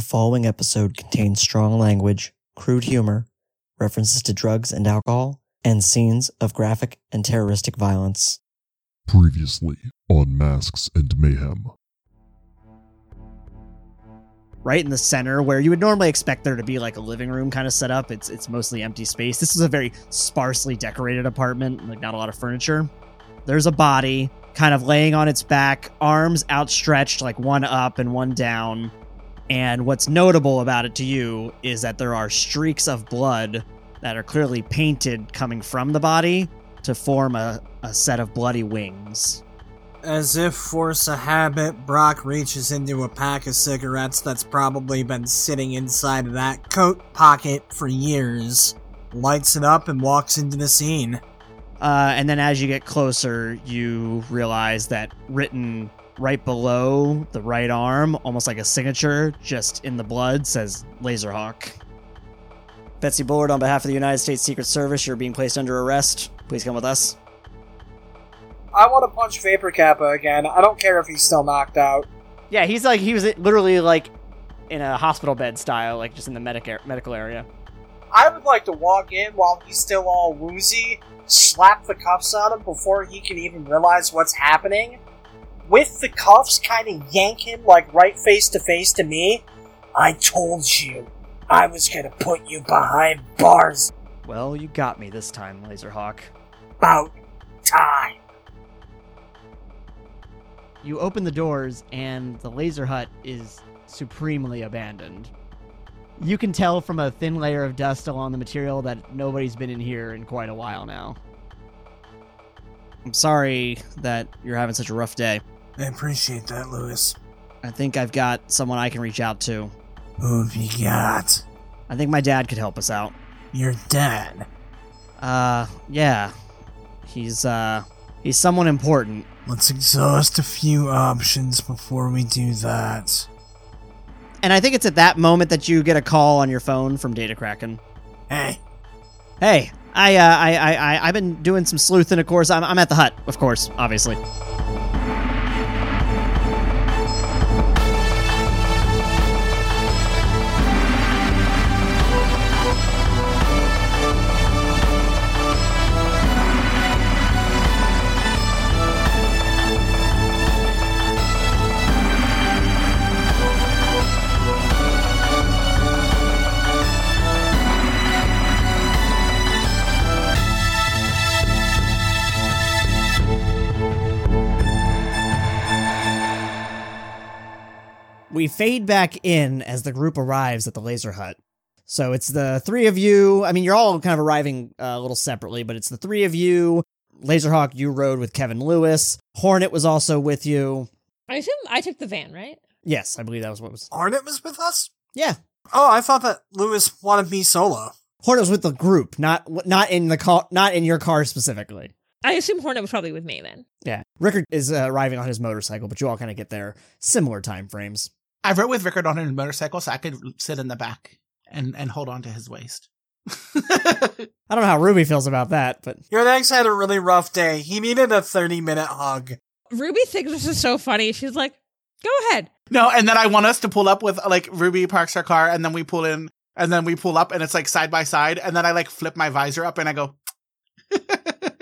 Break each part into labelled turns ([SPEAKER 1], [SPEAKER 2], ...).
[SPEAKER 1] following episode contains strong language, crude humor, references to drugs and alcohol, and scenes of graphic and terroristic violence.
[SPEAKER 2] Previously on Masks and Mayhem.
[SPEAKER 3] right in the center where you would normally expect there to be like a living room kind of set up. It's it's mostly empty space. This is a very sparsely decorated apartment, like not a lot of furniture. There's a body kind of laying on its back, arms outstretched like one up and one down. And what's notable about it to you is that there are streaks of blood that are clearly painted coming from the body to form a, a set of bloody wings.
[SPEAKER 4] As if force a habit, Brock reaches into a pack of cigarettes that's probably been sitting inside of that coat pocket for years, lights it up, and walks into the scene.
[SPEAKER 3] Uh, and then as you get closer, you realize that written right below the right arm, almost like a signature, just in the blood, says Laserhawk.
[SPEAKER 1] Betsy Bullard, on behalf of the United States Secret Service, you're being placed under arrest. Please come with us.
[SPEAKER 5] I want to punch Vapor Kappa again. I don't care if he's still knocked out.
[SPEAKER 6] Yeah, he's like he was literally like in a hospital bed style, like just in the medic ar- medical area.
[SPEAKER 5] I would like to walk in while he's still all woozy, slap the cuffs on him before he can even realize what's happening. With the cuffs, kind of yank him like right face to face to me. I told you I was gonna put you behind bars
[SPEAKER 3] Well, you got me this time, Laserhawk.
[SPEAKER 5] about time.
[SPEAKER 6] You open the doors, and the laser hut is supremely abandoned. You can tell from a thin layer of dust along the material that nobody's been in here in quite a while now.
[SPEAKER 3] I'm sorry that you're having such a rough day.
[SPEAKER 4] I appreciate that, Lewis.
[SPEAKER 3] I think I've got someone I can reach out to.
[SPEAKER 4] Who have you got?
[SPEAKER 3] I think my dad could help us out.
[SPEAKER 4] Your dad.
[SPEAKER 3] Uh, yeah. He's, uh, he's someone important.
[SPEAKER 4] Let's exhaust a few options before we do that.
[SPEAKER 3] And I think it's at that moment that you get a call on your phone from Data Kraken.
[SPEAKER 4] Hey,
[SPEAKER 3] Hey, I, uh, I, I, I, I've been doing some sleuthing, of course. I'm, I'm at the hut, of course, obviously. We fade back in as the group arrives at the laser hut. So it's the three of you. I mean, you're all kind of arriving uh, a little separately, but it's the three of you. Laserhawk, you rode with Kevin Lewis. Hornet was also with you.
[SPEAKER 7] I assume I took the van, right?
[SPEAKER 3] Yes, I believe that was what was.
[SPEAKER 4] Arnett was with us?
[SPEAKER 3] Yeah,
[SPEAKER 4] Oh, I thought that Lewis wanted me solo.
[SPEAKER 3] Hornet was with the group, not not in the car, not in your car specifically.
[SPEAKER 7] I assume Hornet was probably with me then.
[SPEAKER 3] Yeah, Rickard is uh, arriving on his motorcycle, but you all kind of get there similar time frames.
[SPEAKER 8] I rode with Rickard on his motorcycle, so I could sit in the back and, and hold on to his waist.
[SPEAKER 3] I don't know how Ruby feels about that, but
[SPEAKER 4] Your ex had a really rough day. He needed a 30 minute hug.
[SPEAKER 7] Ruby thinks this is so funny. She's like, "Go ahead."
[SPEAKER 8] no, and then I want us to pull up with like Ruby parks her car, and then we pull in, and then we pull up, and it's like side by side, and then I like flip my visor up, and I go.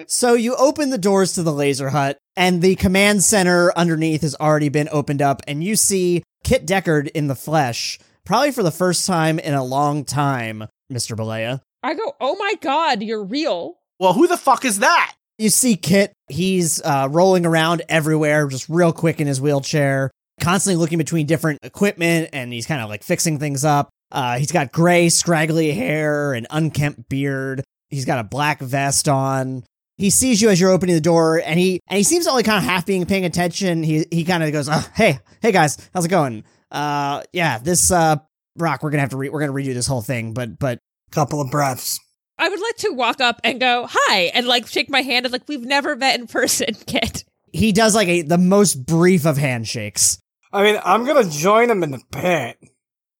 [SPEAKER 3] So you open the doors to the laser hut, and the command center underneath has already been opened up, and you see Kit Deckard in the flesh, probably for the first time in a long time, Mr. Balea.
[SPEAKER 7] I go, "Oh my god, you're real."
[SPEAKER 8] Well, who the fuck is that?
[SPEAKER 3] You see Kit, he's uh, rolling around everywhere, just real quick in his wheelchair, constantly looking between different equipment, and he's kind of like fixing things up. Uh, he's got gray, scraggly hair and unkempt beard. He's got a black vest on. He sees you as you're opening the door, and he and he seems only kind of half being paying attention. He he kind of goes, oh, "Hey, hey guys, how's it going? Uh, yeah, this uh, Brock, we're gonna have to re- we're gonna redo this whole thing, but but
[SPEAKER 4] Couple of breaths.
[SPEAKER 7] I would like to walk up and go, "Hi," and like shake my hand and like we've never met in person, Kit.
[SPEAKER 3] he does like a the most brief of handshakes.
[SPEAKER 4] I mean, I'm gonna join him in the pit.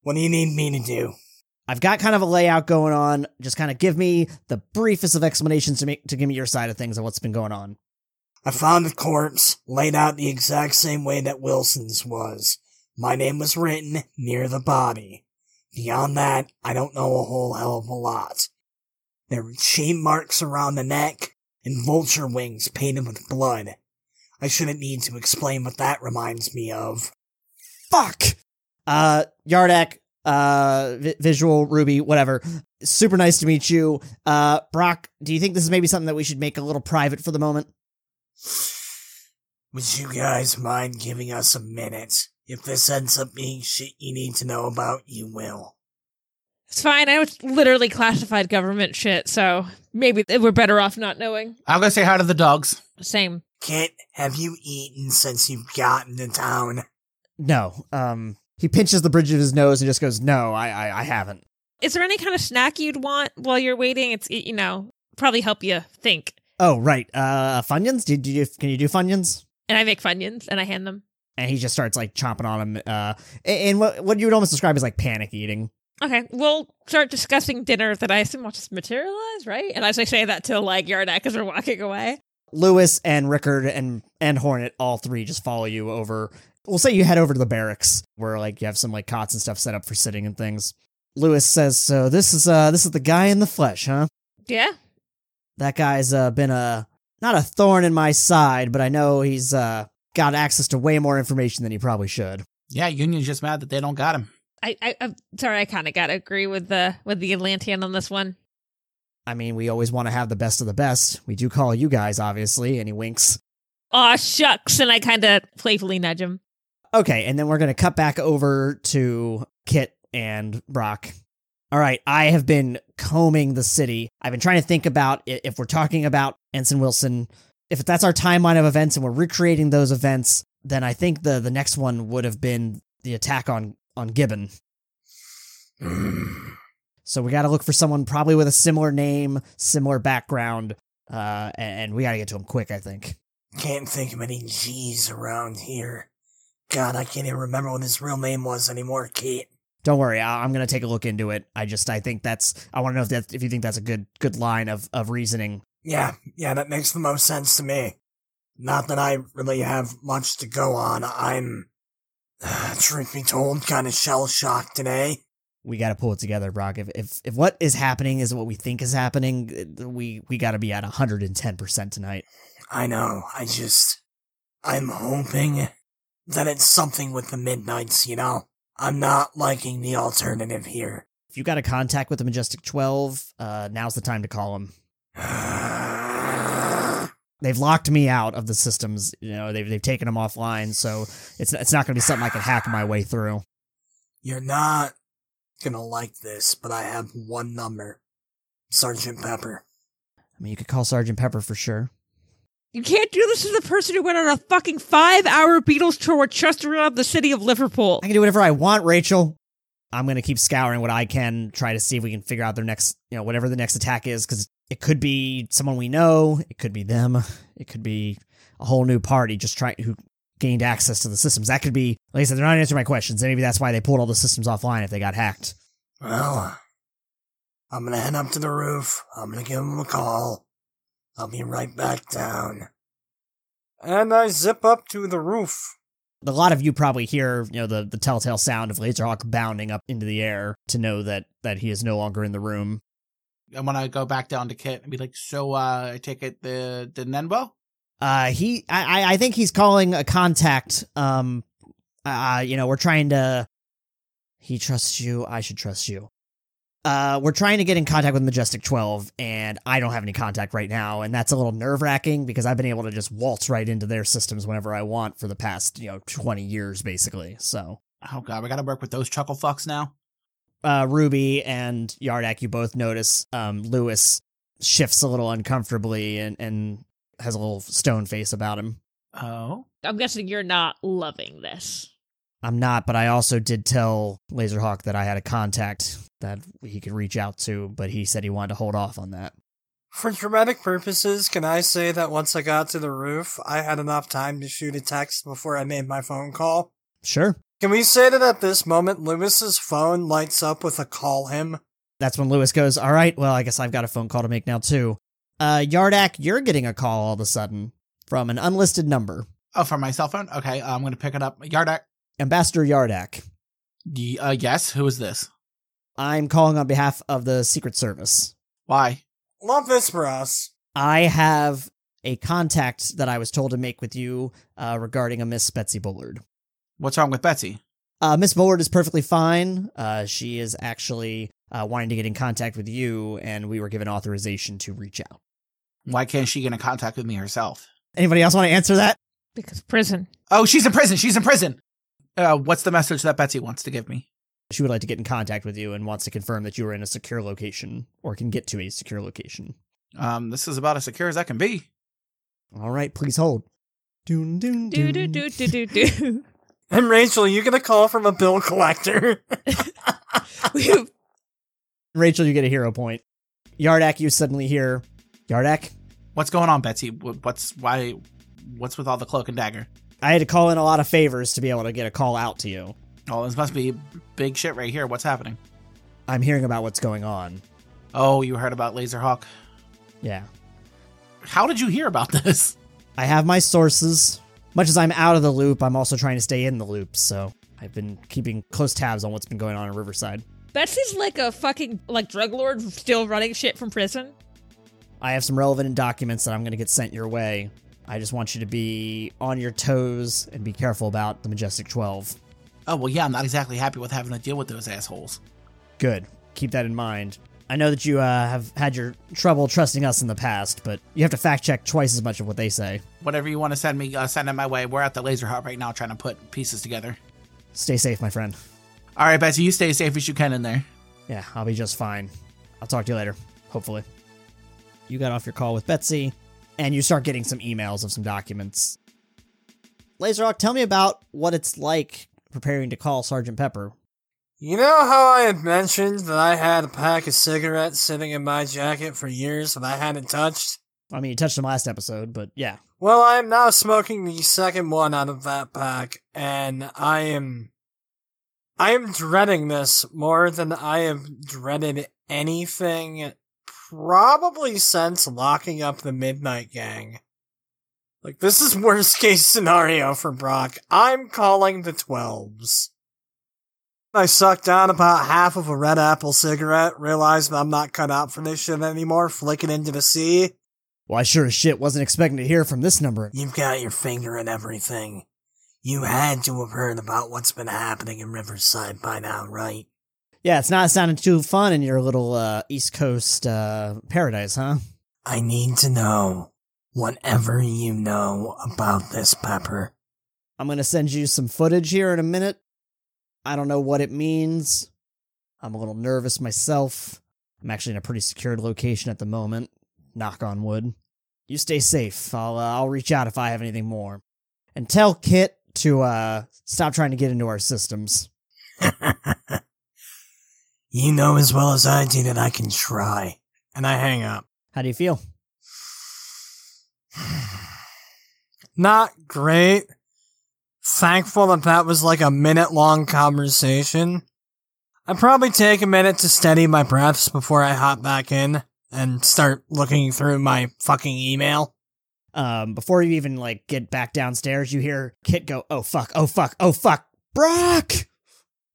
[SPEAKER 4] What do you need me to do?
[SPEAKER 3] I've got kind of a layout going on. Just kind of give me the briefest of explanations to make to give me your side of things and what's been going on.
[SPEAKER 4] I found the corpse laid out the exact same way that Wilson's was. My name was written near the body. Beyond that, I don't know a whole hell of a lot. There were chain marks around the neck and vulture wings painted with blood. I shouldn't need to explain what that reminds me of.
[SPEAKER 3] fuck. Uh, Yardak, uh, vi- visual Ruby, whatever. Super nice to meet you. Uh, Brock, do you think this is maybe something that we should make a little private for the moment?
[SPEAKER 4] Would you guys mind giving us a minute? If this ends up being shit you need to know about, you will.
[SPEAKER 7] It's fine. I know it's literally classified government shit, so maybe we're better off not knowing.
[SPEAKER 8] I'm gonna say hi to the dogs.
[SPEAKER 7] Same.
[SPEAKER 4] Kit, have you eaten since you've gotten to town?
[SPEAKER 3] No. Um, he pinches the bridge of his nose and just goes, "No, I, I, I haven't."
[SPEAKER 7] Is there any kind of snack you'd want while you're waiting? It's you know probably help you think.
[SPEAKER 3] Oh, right. Uh, Funyuns, did you can you do Funyuns?
[SPEAKER 7] And I make funyuns and I hand them.
[SPEAKER 3] And he just starts like chomping on him. Uh, a- and what what you would almost describe as like panic eating.
[SPEAKER 7] Okay, we'll start discussing dinner that I assume will just materialize, right? And as I say that to like Yardak as we're walking away.
[SPEAKER 3] Lewis and Rickard and and Hornet, all three just follow you over. We'll say you head over to the barracks where like you have some like cots and stuff set up for sitting and things. Lewis says, "So this is uh this is the guy in the flesh, huh?
[SPEAKER 7] Yeah.
[SPEAKER 3] That guy's uh, been a not a thorn in my side, but I know he's uh got access to way more information than he probably should."
[SPEAKER 8] Yeah, Union's just mad that they don't got him.
[SPEAKER 7] I, I I'm sorry, I kind of gotta agree with the with the Atlantean on this one.
[SPEAKER 3] I mean, we always want to have the best of the best. We do call you guys, obviously, and he winks.
[SPEAKER 7] Aw, shucks, and I kind of playfully nudge him.
[SPEAKER 3] Okay, and then we're going to cut back over to Kit and Brock. All right, I have been combing the city. I've been trying to think about i- if we're talking about Ensign Wilson, if that's our timeline of events and we're recreating those events, then I think the the next one would have been the attack on on Gibbon. So we got to look for someone probably with a similar name, similar background, uh, and, and we got to get to him quick. I think.
[SPEAKER 4] Can't think of any G's around here. God, I can't even remember what his real name was anymore, Kit.
[SPEAKER 3] Don't worry, I, I'm gonna take a look into it. I just I think that's I want to know if that if you think that's a good good line of of reasoning.
[SPEAKER 4] Yeah, yeah, that makes the most sense to me. Not that I really have much to go on. I'm, truth be told, kind of shell shocked today.
[SPEAKER 3] We got to pull it together, Brock. If if if what is happening is what we think is happening, uh, we we got to be at 110 percent tonight.
[SPEAKER 4] I know, I just. I'm hoping that it's something with the Midnights, you know? I'm not liking the alternative here.
[SPEAKER 3] If you got a contact with the Majestic 12, uh, now's the time to call him. They've locked me out of the systems. You know they've they've taken them offline, so it's it's not gonna be something I can hack my way through.
[SPEAKER 4] You're not gonna like this, but I have one number Sergeant Pepper.
[SPEAKER 3] I mean, you could call Sergeant Pepper for sure.
[SPEAKER 7] You can't do this to the person who went on a fucking five hour Beatles tour just around the city of Liverpool.
[SPEAKER 3] I can do whatever I want, Rachel. I'm gonna keep scouring what I can, try to see if we can figure out their next, you know, whatever the next attack is, because it could be someone we know, it could be them, it could be a whole new party just trying who gained access to the systems. That could be, like I said, they're not answering my questions. Maybe that's why they pulled all the systems offline if they got hacked.
[SPEAKER 4] Well, I'm gonna head up to the roof. I'm gonna give him a call. I'll be right back down. And I zip up to the roof.
[SPEAKER 3] A lot of you probably hear, you know, the the telltale sound of Laserhawk bounding up into the air to know that that he is no longer in the room.
[SPEAKER 8] And when I go back down to Kit and be like, so uh, I take it the the Nenbo?
[SPEAKER 3] Uh, he, I, I- I think he's calling a contact. Um, uh, you know, we're trying to. He trusts you. I should trust you. Uh, we're trying to get in contact with Majestic Twelve, and I don't have any contact right now, and that's a little nerve wracking because I've been able to just waltz right into their systems whenever I want for the past you know twenty years basically. So,
[SPEAKER 8] Oh god, we gotta work with those chuckle fucks now.
[SPEAKER 3] uh, Ruby and Yardak, you both notice um, Lewis shifts a little uncomfortably and and has a little stone face about him.
[SPEAKER 8] Oh.
[SPEAKER 7] I'm guessing you're not loving this.
[SPEAKER 3] I'm not, but I also did tell Laserhawk that I had a contact that he could reach out to, but he said he wanted to hold off on that.
[SPEAKER 4] For dramatic purposes, can I say that once I got to the roof, I had enough time to shoot a text before I made my phone call?
[SPEAKER 3] Sure.
[SPEAKER 4] Can we say that at this moment, Lewis's phone lights up with a call him?
[SPEAKER 3] That's when Lewis goes, All right, well, I guess I've got a phone call to make now, too. Uh, Yardak, you're getting a call all of a sudden from an unlisted number.
[SPEAKER 8] Oh, from my cell phone? Okay, I'm gonna pick it up. Yardak.
[SPEAKER 3] Ambassador Yardak.
[SPEAKER 8] Y- uh, yes. Who is this?
[SPEAKER 3] I'm calling on behalf of the Secret Service.
[SPEAKER 8] Why?
[SPEAKER 4] Love this for us.
[SPEAKER 3] I have a contact that I was told to make with you uh, regarding a Miss Betsy Bullard.
[SPEAKER 8] What's wrong with Betsy?
[SPEAKER 3] Uh, Miss Bullard is perfectly fine. Uh, she is actually uh, wanting to get in contact with you, and we were given authorization to reach out.
[SPEAKER 8] Why can't she get in contact with me herself?
[SPEAKER 3] Anybody else want to answer that?
[SPEAKER 7] Because prison.
[SPEAKER 8] Oh, she's in prison. She's in prison. Uh, what's the message that Betsy wants to give me?
[SPEAKER 3] She would like to get in contact with you and wants to confirm that you are in a secure location or can get to a secure location.
[SPEAKER 8] Um, this is about as secure as I can be.
[SPEAKER 3] All right, please hold. Doon, doon,
[SPEAKER 7] Do do
[SPEAKER 3] doon.
[SPEAKER 7] do do do do.
[SPEAKER 4] And Rachel, you get a call from a bill collector.
[SPEAKER 7] We-
[SPEAKER 3] Rachel, you get a hero point. Yardak, you suddenly hear Yardak,
[SPEAKER 8] What's going on, Betsy? Wh- What's why? What's with all the cloak and dagger?
[SPEAKER 3] I had to call in a lot of favors to be able to get a call out to you.
[SPEAKER 8] Oh, this must be big shit right here. What's happening?
[SPEAKER 3] I'm hearing about what's going on.
[SPEAKER 8] Oh, you heard about Laserhawk.
[SPEAKER 3] Yeah.
[SPEAKER 8] How did you hear about this?
[SPEAKER 3] I have my sources. Much as I'm out of the loop, I'm also trying to stay in the loop, so I've been keeping close tabs on what's been going on in Riverside.
[SPEAKER 7] Betsy's like a fucking like drug lord still running shit from prison.
[SPEAKER 3] I have some relevant documents that I'm going to get sent your way. I just want you to be on your toes and be careful about the Majestic 12.
[SPEAKER 8] Oh well, yeah, I'm not exactly happy with having to deal with those assholes.
[SPEAKER 3] Good. Keep that in mind. I know that you uh, have had your trouble trusting us in the past, but you have to fact check twice as much of what they say.
[SPEAKER 8] Whatever you want to send me, uh, send it my way. We're at the laser hut right now, trying to put pieces together.
[SPEAKER 3] Stay safe, my friend.
[SPEAKER 8] All right, Betsy, you stay safe as you can in there.
[SPEAKER 3] Yeah, I'll be just fine. I'll talk to you later, hopefully. You got off your call with Betsy, and you start getting some emails of some documents. Laserhawk, tell me about what it's like preparing to call Sergeant Pepper.
[SPEAKER 4] You know how I had mentioned that I had a pack of cigarettes sitting in my jacket for years that I hadn't touched?
[SPEAKER 3] I mean, you touched him last episode, but yeah.
[SPEAKER 4] Well, I am now smoking the second one out of that pack, and I am. I am dreading this more than I have dreaded anything probably since locking up the Midnight Gang. Like, this is worst case scenario for Brock. I'm calling the 12s. I sucked down about half of a red apple cigarette, realized that I'm not cut out for this shit anymore, flick it into the sea,
[SPEAKER 3] Well, I sure as shit wasn't expecting to hear from this number.
[SPEAKER 4] You've got your finger in everything. You had to have heard about what's been happening in Riverside by now, right?
[SPEAKER 3] Yeah, it's not sounding too fun in your little uh, East Coast uh, paradise, huh?
[SPEAKER 4] I need to know whatever you know about this pepper.
[SPEAKER 3] I'm going to send you some footage here in a minute. I don't know what it means. I'm a little nervous myself. I'm actually in a pretty secured location at the moment. Knock on wood. You stay safe. I'll uh, I'll reach out if I have anything more. And tell Kit to uh stop trying to get into our systems.
[SPEAKER 4] you know as well as I do that I can try. And I hang up.
[SPEAKER 3] How do you feel?
[SPEAKER 4] Not great. Thankful that that was like a minute long conversation. I probably take a minute to steady my breaths before I hop back in and start looking through my fucking email.
[SPEAKER 3] Um before you even like get back downstairs, you hear Kit go, "Oh fuck. Oh fuck. Oh fuck. Brock!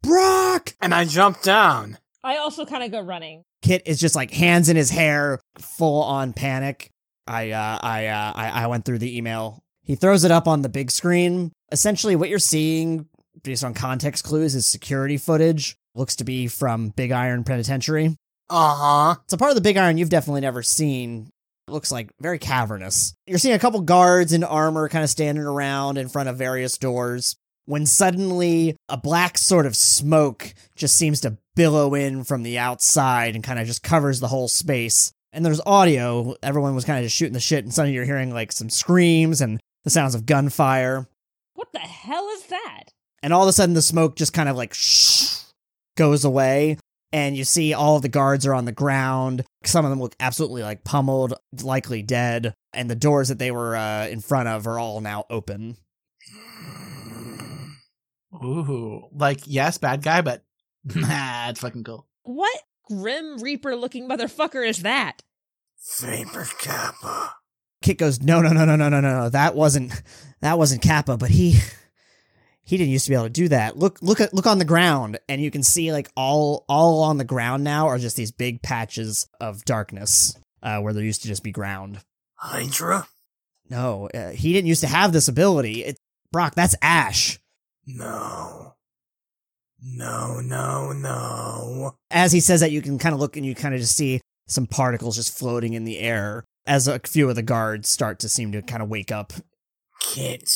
[SPEAKER 3] Brock!"
[SPEAKER 4] And I jump down.
[SPEAKER 7] I also kind of go running.
[SPEAKER 3] Kit is just like hands in his hair, full on panic. I uh, I, uh, I I went through the email. He throws it up on the big screen. Essentially, what you're seeing, based on context clues, is security footage. Looks to be from Big Iron Penitentiary.
[SPEAKER 4] Uh huh.
[SPEAKER 3] It's a part of the Big Iron you've definitely never seen. It looks like very cavernous. You're seeing a couple guards in armor kind of standing around in front of various doors when suddenly a black sort of smoke just seems to billow in from the outside and kind of just covers the whole space. And there's audio. Everyone was kind of just shooting the shit, and suddenly you're hearing like some screams and the sounds of gunfire.
[SPEAKER 7] What the hell is that?
[SPEAKER 3] And all of a sudden, the smoke just kind of like shh, goes away. And you see all of the guards are on the ground. Some of them look absolutely like pummeled, likely dead. And the doors that they were uh, in front of are all now open.
[SPEAKER 8] Ooh, like yes, bad guy, but nah, it's fucking cool.
[SPEAKER 7] What grim reaper looking motherfucker is that?
[SPEAKER 4] Vapor Kappa.
[SPEAKER 3] Kit goes, no, no, no, no, no, no, no, no. That wasn't that wasn't Kappa, but he he didn't used to be able to do that. Look, look at look on the ground, and you can see like all all on the ground now are just these big patches of darkness uh, where there used to just be ground.
[SPEAKER 4] Hydra?
[SPEAKER 3] No, uh, he didn't used to have this ability. It, Brock, that's Ash.
[SPEAKER 4] No. No, no, no.
[SPEAKER 3] as he says that, you can kind of look and you kind of just see some particles just floating in the air as a few of the guards start to seem to kind of wake up.
[SPEAKER 4] Kit.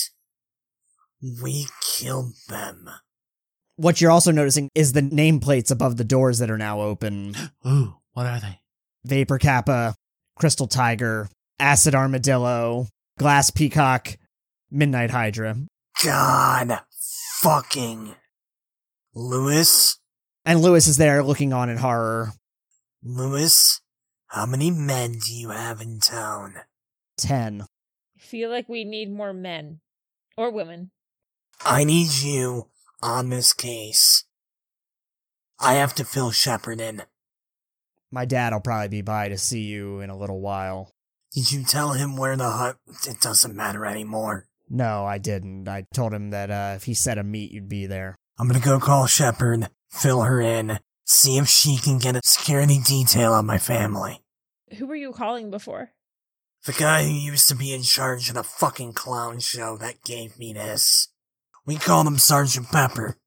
[SPEAKER 4] We killed them.
[SPEAKER 3] What you're also noticing is the nameplates above the doors that are now open
[SPEAKER 8] Ooh, what are they?
[SPEAKER 3] Vapor Kappa, Crystal Tiger, Acid Armadillo, Glass Peacock, Midnight Hydra.
[SPEAKER 4] God fucking. Lewis?
[SPEAKER 3] And Lewis is there looking on in horror.
[SPEAKER 4] Lewis? How many men do you have in town?
[SPEAKER 3] 10.
[SPEAKER 7] I feel like we need more men or women.
[SPEAKER 4] I need you on this case. I have to fill Shepard in.
[SPEAKER 3] My dad will probably be by to see you in a little while.
[SPEAKER 4] Did you tell him where the hut? It doesn't matter anymore.
[SPEAKER 3] No, I didn't. I told him that uh, if he said a meet, you'd be there.
[SPEAKER 4] I'm gonna go call Shepard, fill her in, see if she can get a security detail on my family.
[SPEAKER 7] Who were you calling before?
[SPEAKER 4] The guy who used to be in charge of the fucking clown show that gave me this. We called him Sergeant Pepper.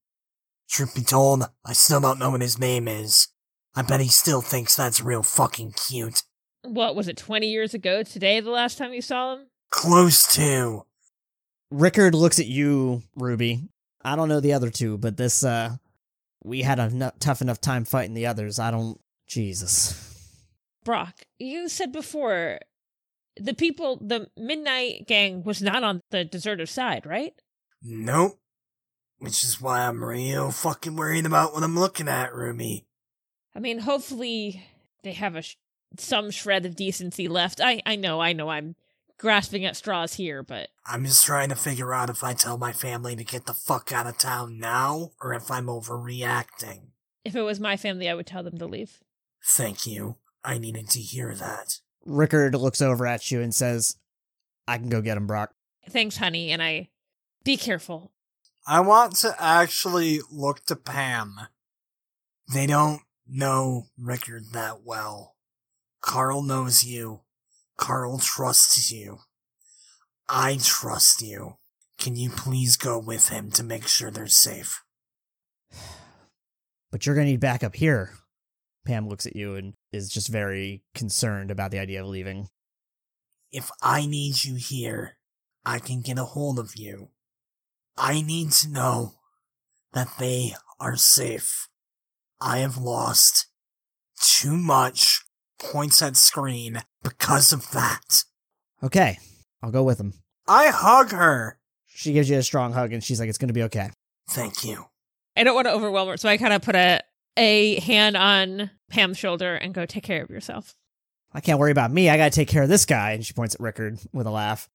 [SPEAKER 4] Truth be told, I still don't know what his name is. I bet he still thinks that's real fucking cute.
[SPEAKER 7] What was it, 20 years ago today, the last time you saw him?
[SPEAKER 4] Close to.
[SPEAKER 3] Rickard looks at you, Ruby. I don't know the other two, but this uh we had a nu- tough enough time fighting the others. I don't Jesus.
[SPEAKER 7] Brock, you said before the people, the Midnight Gang was not on the deserter side, right?
[SPEAKER 4] Nope. Which is why I'm real fucking worried about what I'm looking at, Ruby.
[SPEAKER 7] I mean, hopefully they have a sh- some shred of decency left. I I know, I know, I'm grasping at straws here, but
[SPEAKER 4] I'm just trying to figure out if I tell my family to get the fuck out of town now or if I'm overreacting.
[SPEAKER 7] if it was my family, I would tell them to leave.
[SPEAKER 4] Thank you. I needed to hear that.
[SPEAKER 3] Rickard looks over at you and says, "I can go get him, Brock."
[SPEAKER 7] Thanks, honey, and I be careful.
[SPEAKER 4] I want to actually look to Pam. They don't know Rickard that well. Carl knows you. Carl trusts you. I trust you. Can you please go with him to make sure they're safe?
[SPEAKER 3] But you're going to need backup here. Pam looks at you and is just very concerned about the idea of leaving.
[SPEAKER 4] If I need you here, I can get a hold of you. I need to know that they are safe. I have lost too much points at screen because of that.
[SPEAKER 3] Okay, I'll go with him.
[SPEAKER 4] I hug her.
[SPEAKER 3] She gives you a strong hug and she's like, "It's going to be okay."
[SPEAKER 4] Thank you.
[SPEAKER 7] I don't want to overwhelm her, so I kind of put a a hand on Pam's shoulder and go take care of yourself.
[SPEAKER 3] I can't worry about me. I got to take care of this guy. And she points at Rickard with a laugh.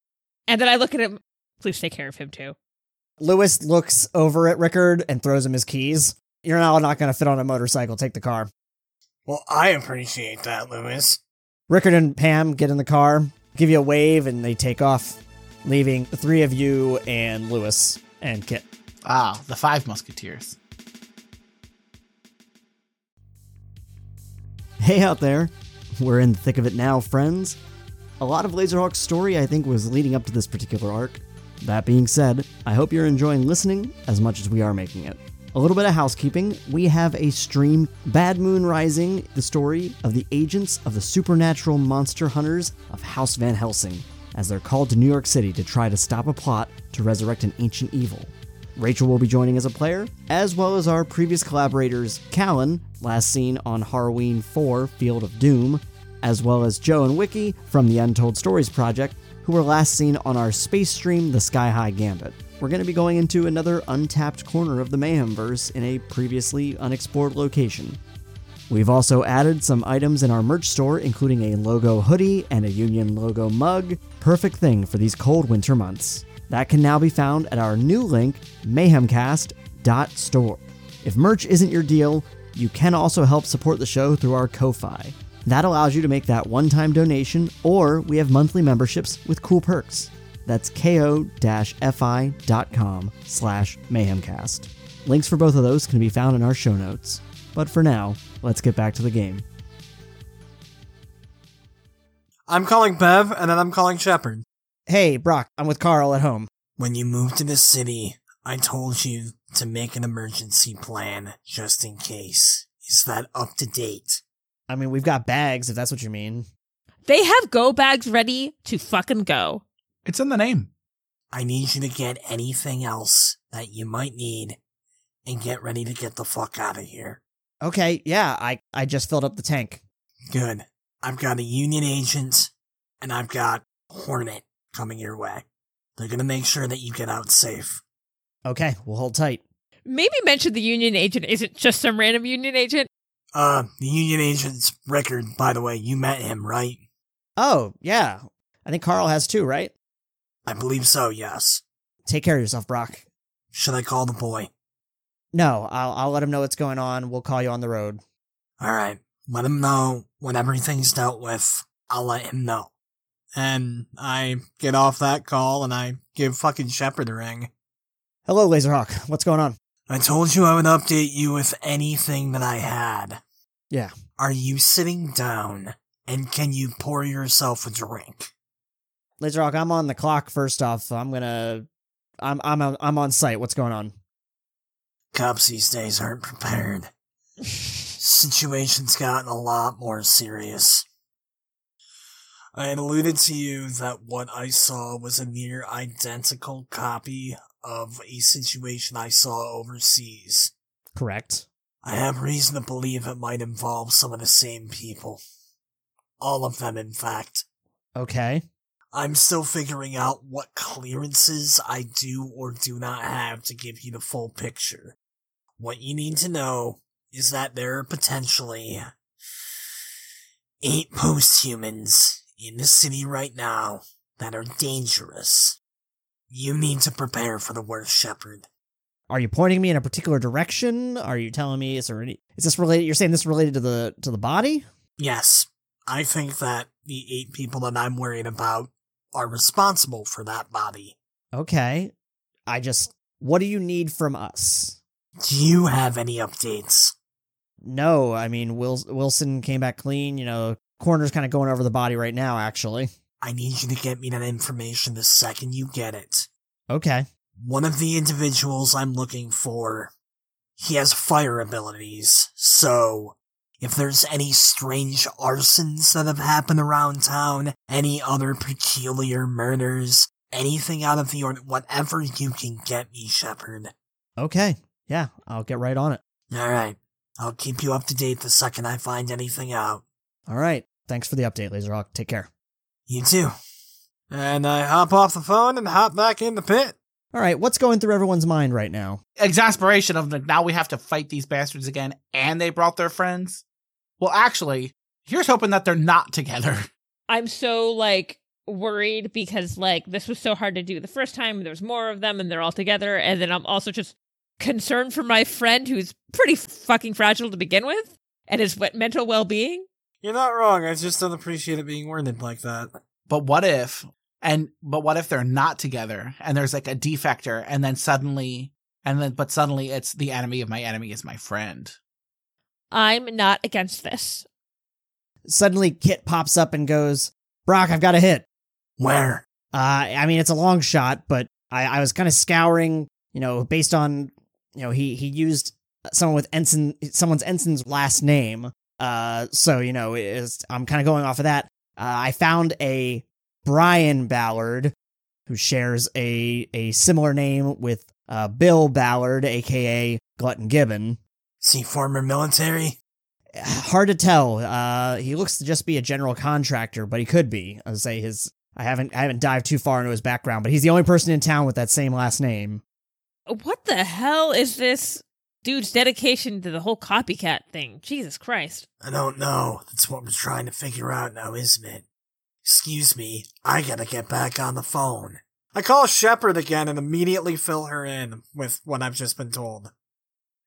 [SPEAKER 7] And then I look at him. Please take care of him too.
[SPEAKER 3] Lewis looks over at Rickard and throws him his keys. You're now not going to fit on a motorcycle. Take the car.
[SPEAKER 4] Well, I appreciate that, Lewis.
[SPEAKER 3] Rickard and Pam get in the car, give you a wave, and they take off, leaving the three of you and Lewis and Kit.
[SPEAKER 8] Ah, the Five Musketeers.
[SPEAKER 6] Hey out there. We're in the thick of it now, friends. A lot of Laserhawk's story, I think, was leading up to this particular arc. That being said, I hope you're enjoying listening as much as we are making it. A little bit of housekeeping. We have a stream, Bad Moon Rising, the story of the agents of the supernatural monster hunters of House Van Helsing, as they're called to New York City to try to stop a plot to resurrect an ancient evil. Rachel will be joining as a player, as well as our previous collaborators, Callan, last seen on Harween 4 Field of Doom, as well as Joe and Wiki from the Untold Stories Project, who were last seen on our space stream, The Sky High Gambit. We're going to be going into another untapped corner of the Mayhemverse in a previously unexplored location. We've also added some items in our merch store, including a logo hoodie and a Union logo mug. Perfect thing for these cold winter months. That can now be found at our new link, mayhemcast.store. If merch isn't your deal, you can also help support the show through our Ko-Fi. That allows you to make that one-time donation, or we have monthly memberships with cool perks.
[SPEAKER 1] That's ko-fi.com slash mayhemcast. Links for both of those can be found in our show notes. But for now, let's get back to the game.
[SPEAKER 4] I'm calling Bev, and then I'm calling Shepard.
[SPEAKER 3] Hey, Brock, I'm with Carl at home.
[SPEAKER 4] When you move to the city, I told you to make an emergency plan just in case. Is that up to date?
[SPEAKER 3] I mean, we've got bags, if that's what you mean.
[SPEAKER 7] They have go bags ready to fucking go.
[SPEAKER 8] It's in the name.
[SPEAKER 4] I need you to get anything else that you might need and get ready to get the fuck out of here.
[SPEAKER 3] Okay, yeah, I, I just filled up the tank.
[SPEAKER 4] Good. I've got a union agent and I've got Hornet coming your way. They're gonna make sure that you get out safe.
[SPEAKER 3] Okay, we'll hold tight.
[SPEAKER 7] Maybe mention the union agent isn't just some random union agent.
[SPEAKER 4] Uh, the union agent's Rickard, by the way, you met him, right?
[SPEAKER 3] Oh, yeah. I think Carl has two, right?
[SPEAKER 4] I believe so, yes.
[SPEAKER 3] Take care of yourself, Brock.
[SPEAKER 4] Should I call the boy?
[SPEAKER 3] No, I'll, I'll let him know what's going on. We'll call you on the road.
[SPEAKER 4] Alright, let him know when everything's dealt with. I'll let him know. And I get off that call and I give fucking Shepard a ring.
[SPEAKER 3] Hello, Laserhawk. What's going on?
[SPEAKER 4] I told you I would update you with anything that I had.
[SPEAKER 3] Yeah.
[SPEAKER 4] Are you sitting down? And can you pour yourself a drink?
[SPEAKER 3] Laserhawk, I'm on the clock first off. So I'm gonna I'm I'm I'm on site. What's going on?
[SPEAKER 4] Cops these days aren't prepared. Situation's gotten a lot more serious. I had alluded to you that what I saw was a near identical copy of a situation I saw overseas.
[SPEAKER 3] Correct.
[SPEAKER 4] I have reason to believe it might involve some of the same people. All of them, in fact.
[SPEAKER 3] Okay.
[SPEAKER 4] I'm still figuring out what clearances I do or do not have to give you the full picture. What you need to know is that there are potentially eight posthumans in the city right now that are dangerous. You need to prepare for the worst, Shepard.
[SPEAKER 3] Are you pointing me in a particular direction? Are you telling me is there any is this related you're saying this related to the to the body?
[SPEAKER 4] Yes, I think that the eight people that I'm worried about are responsible for that body.
[SPEAKER 3] Okay. I just what do you need from us?
[SPEAKER 4] Do you have any updates?
[SPEAKER 3] No, I mean Wil- Wilson came back clean, you know, coroner's kind of going over the body right now actually.
[SPEAKER 4] I need you to get me that information the second you get it.
[SPEAKER 3] Okay.
[SPEAKER 4] One of the individuals I'm looking for, he has fire abilities, so if there's any strange arsons that have happened around town, any other peculiar murders, anything out of the ordinary, whatever you can get me, Shepard.
[SPEAKER 3] Okay. Yeah, I'll get right on it.
[SPEAKER 4] Alright, I'll keep you up to date the second I find anything out.
[SPEAKER 3] All right. Thanks for the update, Laserhawk. Take care.
[SPEAKER 4] You too. And I hop off the phone and hop back in the pit.
[SPEAKER 3] All right, what's going through everyone's mind right now?
[SPEAKER 8] Exasperation of like, now we have to fight these bastards again, and they brought their friends. Well, actually, here's hoping that they're not together.
[SPEAKER 7] I'm so like worried because like this was so hard to do the first time. There's more of them and they're all together. And then I'm also just concerned for my friend who's pretty fucking fragile to begin with and his what mental well being.
[SPEAKER 4] You're not wrong, I just don't appreciate it being worded like that.
[SPEAKER 8] But what if? And but what if they're not together, and there's like a defector, and then suddenly, and then but suddenly it's the enemy of my enemy is my friend.
[SPEAKER 7] I'm not against this.
[SPEAKER 3] Suddenly, Kit pops up and goes, Brock, I've got a hit.
[SPEAKER 4] Where?
[SPEAKER 3] Uh, I mean, it's a long shot, but I, I was kind of scouring, you know, based on, you know, he, he used someone with ensign, someone's ensign's last name. Uh, so, you know, it's, I'm kind of going off of that. Uh, I found a Brian Ballard who shares a, a similar name with uh, Bill Ballard, aka Glutton Gibbon.
[SPEAKER 4] See, former military?
[SPEAKER 3] hard to tell. Uh, he looks to just be a general contractor, but he could be. I would say his. I haven't I haven't dived too far into his background, but he's the only person in town with that same last name.
[SPEAKER 7] What the hell is this dude's dedication to the whole copycat thing? Jesus Christ.
[SPEAKER 4] I don't know. That's what we're trying to figure out now, isn't it? Excuse me, I gotta get back on the phone. I call Shepard again and immediately fill her in with what I've just been told.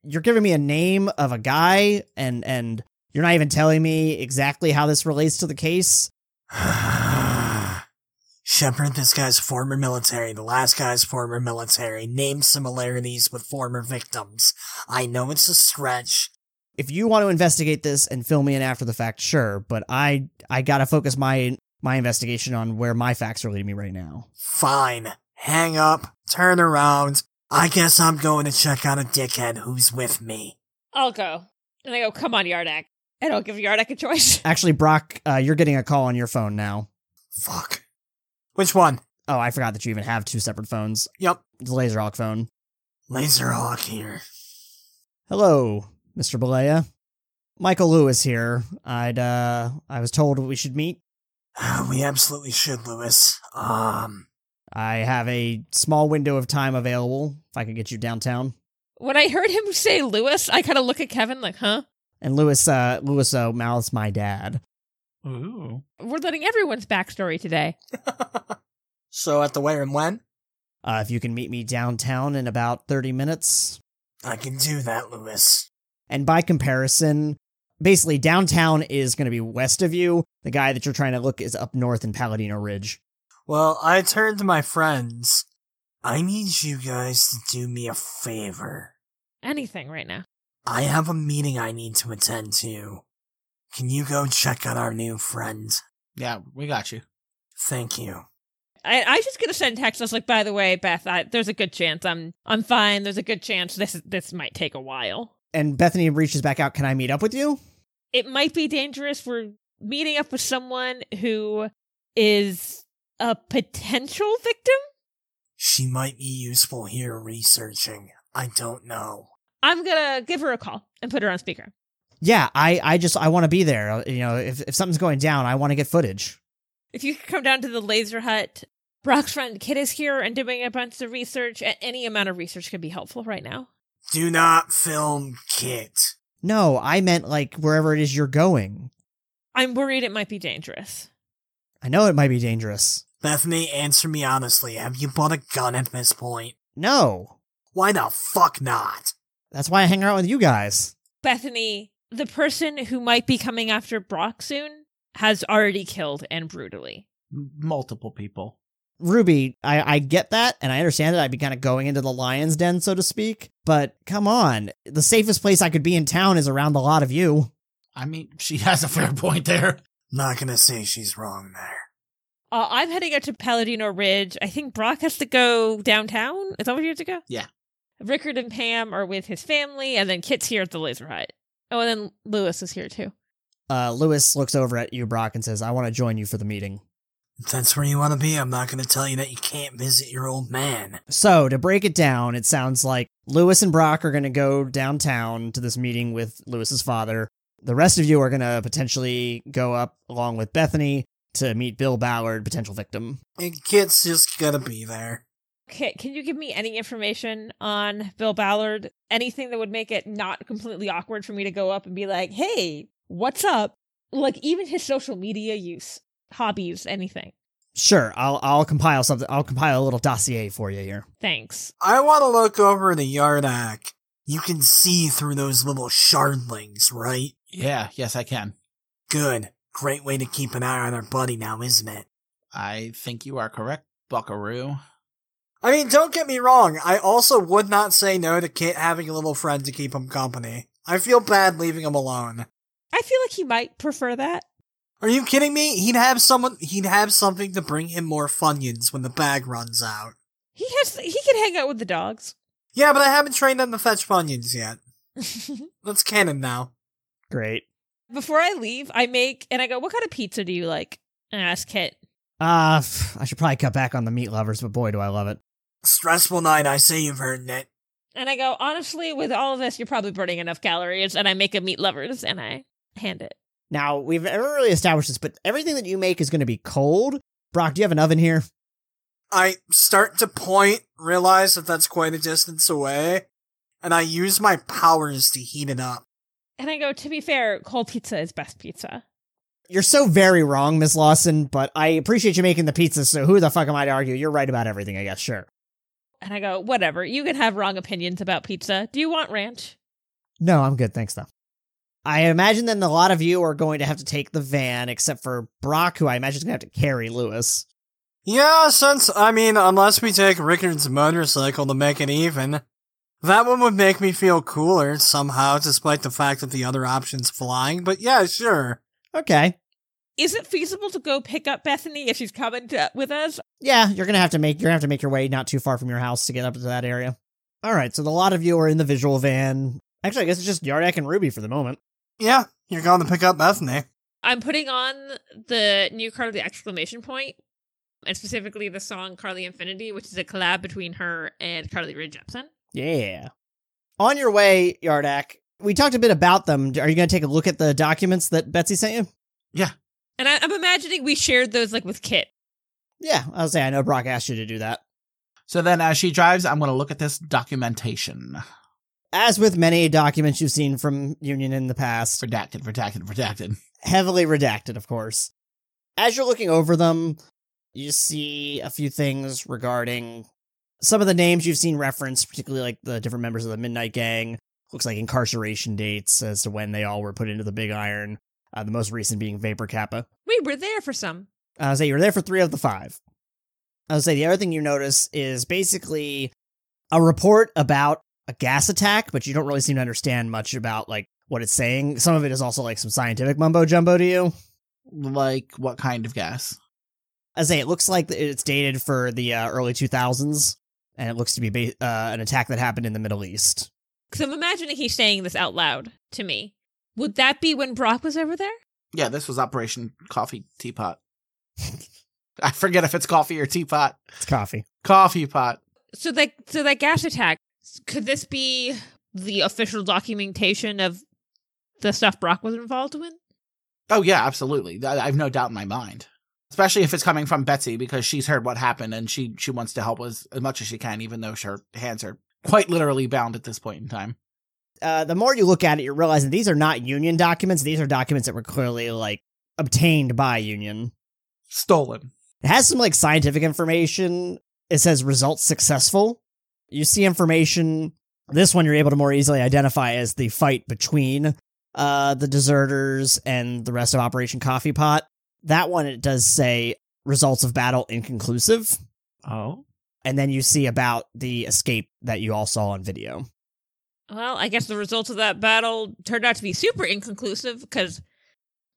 [SPEAKER 3] You're giving me a name of a guy, and and you're not even telling me exactly how this relates to the case.
[SPEAKER 4] Shepard, this guy's former military, the last guy's former military. Name similarities with former victims. I know it's a stretch.
[SPEAKER 3] If you want to investigate this and fill me in after the fact, sure, but I I gotta focus my my investigation on where my facts are leading me right now.
[SPEAKER 4] Fine. Hang up, turn around. I guess I'm going to check out a dickhead who's with me.
[SPEAKER 7] I'll go. And I go, come on, Yardak. And I'll give Yardak a choice.
[SPEAKER 3] Actually, Brock, uh, you're getting a call on your phone now.
[SPEAKER 4] Fuck. Which one?
[SPEAKER 3] Oh, I forgot that you even have two separate phones.
[SPEAKER 4] Yep.
[SPEAKER 3] The Laserhawk phone.
[SPEAKER 4] Laserhawk here.
[SPEAKER 3] Hello, Mr. Balea. Michael Lewis here. I'd uh I was told we should meet.
[SPEAKER 4] Uh, We absolutely should, Lewis. Um,
[SPEAKER 3] I have a small window of time available if I could get you downtown.
[SPEAKER 7] When I heard him say Lewis, I kind of look at Kevin like, huh?
[SPEAKER 3] And Lewis uh Lewis uh, mouths my dad.
[SPEAKER 8] Ooh.
[SPEAKER 7] We're letting everyone's backstory today.
[SPEAKER 4] so at the where and when?
[SPEAKER 3] Uh, if you can meet me downtown in about 30 minutes.
[SPEAKER 4] I can do that, Lewis.
[SPEAKER 3] And by comparison, basically downtown is going to be west of you. The guy that you're trying to look is up north in Paladino Ridge.
[SPEAKER 4] Well, I turned to my friends. I need you guys to do me a favor.
[SPEAKER 7] Anything right now.
[SPEAKER 4] I have a meeting I need to attend to. Can you go check on our new friend?
[SPEAKER 8] Yeah, we got you.
[SPEAKER 4] Thank you.
[SPEAKER 7] I, I was just gonna send text. I was like, by the way, Beth, I, there's a good chance I'm I'm fine. There's a good chance this this might take a while.
[SPEAKER 3] And Bethany reaches back out, "Can I meet up with you?"
[SPEAKER 7] It might be dangerous. We're meeting up with someone who is a potential victim.
[SPEAKER 4] She might be useful here researching. I don't know.
[SPEAKER 7] I'm gonna give her a call and put her on speaker.
[SPEAKER 3] Yeah, I I just I want to be there. You know, if if something's going down, I want to get footage.
[SPEAKER 7] If you could come down to the laser hut, Brock's friend Kid is here and doing a bunch of research. A- Any amount of research could be helpful right now.
[SPEAKER 4] Do not film Kit.
[SPEAKER 3] No, I meant like wherever it is you're going.
[SPEAKER 7] I'm worried it might be dangerous.
[SPEAKER 3] I know it might be dangerous.
[SPEAKER 4] Bethany, answer me honestly. Have you bought a gun at this point?
[SPEAKER 3] No.
[SPEAKER 4] Why the fuck not?
[SPEAKER 3] That's why I hang out with you guys.
[SPEAKER 7] Bethany, the person who might be coming after Brock soon, has already killed and brutally.
[SPEAKER 8] M- multiple people.
[SPEAKER 3] Ruby, I, I get that and I understand that I'd be kind of going into the lion's den, so to speak, but come on. The safest place I could be in town is around the lot of you.
[SPEAKER 8] I mean, she has a fair point there.
[SPEAKER 4] Not gonna say she's wrong there.
[SPEAKER 7] Uh, I'm heading out to Paladino Ridge. I think Brock has to go downtown. Is that where you have to go?
[SPEAKER 8] Yeah.
[SPEAKER 7] Rickard and Pam are with his family, and then Kit's here at the laser hut. Oh, and then Lewis is here too.
[SPEAKER 3] Uh, Lewis looks over at you, Brock, and says, I want to join you for the meeting.
[SPEAKER 4] If that's where you wanna be, I'm not gonna tell you that you can't visit your old man.
[SPEAKER 3] So, to break it down, it sounds like Lewis and Brock are going to go downtown to this meeting with Lewis's father. The rest of you are going to potentially go up along with Bethany to meet Bill Ballard, potential victim.
[SPEAKER 4] And Kit's just gonna be there.
[SPEAKER 7] Kit, can you give me any information on Bill Ballard? Anything that would make it not completely awkward for me to go up and be like, hey, what's up? Like, even his social media use, hobbies, anything.
[SPEAKER 3] Sure, I'll I'll compile something. I'll compile a little dossier for you here.
[SPEAKER 7] Thanks.
[SPEAKER 4] I wanna look over the Yardak. You can see through those little shardlings, right?
[SPEAKER 8] Yeah, yes, I can.
[SPEAKER 4] Good. Great way to keep an eye on our buddy now, isn't it?
[SPEAKER 8] I think you are correct, Buckaroo.
[SPEAKER 4] I mean, don't get me wrong. I also would not say no to Kit having a little friend to keep him company. I feel bad leaving him alone.
[SPEAKER 7] I feel like he might prefer that.
[SPEAKER 4] Are you kidding me? He'd have someone. He'd have something to bring him more funyuns when the bag runs out.
[SPEAKER 7] He has he can hang out with the dogs.
[SPEAKER 4] Yeah, but I haven't trained him to fetch funyuns yet. That's canon now.
[SPEAKER 3] Great.
[SPEAKER 7] Before I leave, I make and I go, "What kind of pizza do you like?" And I ask Kit.
[SPEAKER 3] Uh, pff, I should probably cut back on the meat lovers, but boy, do I love it.
[SPEAKER 4] Stressful night. I say you've earned it.
[SPEAKER 7] And I go, "Honestly, with all of this, you're probably burning enough calories." And I make a meat lovers and I hand it.
[SPEAKER 3] Now we've never really established this, but everything that you make is going to be cold. Brock, do you have an oven here?
[SPEAKER 4] I start to point, realize that that's quite a distance away, and I use my powers to heat it up.
[SPEAKER 7] And I go, "To be fair, cold pizza is best pizza."
[SPEAKER 3] You're so very wrong, Miss Lawson, but I appreciate you making the pizza, so who the fuck am I to argue? You're right about everything, I guess, sure.
[SPEAKER 7] And I go, "Whatever. You can have wrong opinions about pizza. Do you want ranch?"
[SPEAKER 3] No, I'm good, thanks though. I imagine then a lot of you are going to have to take the van, except for Brock, who I imagine is going to have to carry Lewis.
[SPEAKER 4] Yeah, since, I mean, unless we take Rickard's motorcycle to make it even, that one would make me feel cooler somehow, despite the fact that the other option's flying, but yeah, sure.
[SPEAKER 3] Okay.
[SPEAKER 7] Is it feasible to go pick up Bethany if she's coming to, with us?
[SPEAKER 3] Yeah, you're gonna have to make you're gonna have to make your way not too far from your house to get up to that area. All right, so the lot of you are in the visual van. Actually, I guess it's just Yardak and Ruby for the moment.
[SPEAKER 4] Yeah, you're going to pick up Bethany.
[SPEAKER 7] I'm putting on the new Carly exclamation point, and specifically the song Carly Infinity, which is a collab between her and Carly Rae Jepsen.
[SPEAKER 3] Yeah. On your way, Yardak. We talked a bit about them. Are you gonna take a look at the documents that Betsy sent you?
[SPEAKER 7] And I, I'm imagining we shared those like with Kit.
[SPEAKER 3] Yeah, I was say I know Brock asked you to do that.
[SPEAKER 8] So then as she drives, I'm going to look at this documentation.
[SPEAKER 3] As with many documents you've seen from Union in the past,
[SPEAKER 8] Redacted, redacted, redacted.
[SPEAKER 3] heavily redacted, of course. As you're looking over them, you see a few things regarding some of the names you've seen referenced, particularly like the different members of the Midnight Gang. Looks like incarceration dates as to when they all were put into the Big Iron, uh, the most recent being Vapor Kappa.
[SPEAKER 7] We were there for some.
[SPEAKER 3] I would say you were Uh, there for three of the five. I would say the other thing you notice is basically a report about a gas attack, but you don't really seem to understand much about like what it's saying. Some of it is also like some scientific mumbo jumbo to you.
[SPEAKER 8] Like what kind of gas?
[SPEAKER 3] I say it looks like it's dated for the uh, early 2000s, and it looks to be ba- uh, an attack that happened in the Middle East.
[SPEAKER 7] Because I'm imagining he's saying this out loud to me. Would that be when Brock was over there?
[SPEAKER 8] Yeah, this was Operation Coffee Teapot. I forget if it's coffee or teapot.
[SPEAKER 3] It's coffee.
[SPEAKER 8] Coffee pot.
[SPEAKER 7] So that so that gas attack could this be the official documentation of the stuff Brock was involved with?
[SPEAKER 8] Oh yeah, absolutely. I, I have no doubt in my mind. Especially if it's coming from Betsy because she's heard what happened and she she wants to help as, as much as she can, even though her hands are quite literally bound at this point in time.
[SPEAKER 3] Uh, the more you look at it, you're realizing these are not union documents. These are documents that were clearly like obtained by union.
[SPEAKER 8] Stolen.
[SPEAKER 3] It has some like scientific information. It says results successful. You see information. This one you're able to more easily identify as the fight between uh, the deserters and the rest of Operation Coffee Pot. That one it does say results of battle inconclusive.
[SPEAKER 8] Oh.
[SPEAKER 3] And then you see about the escape that you all saw on video.
[SPEAKER 7] Well, I guess the results of that battle turned out to be super inconclusive because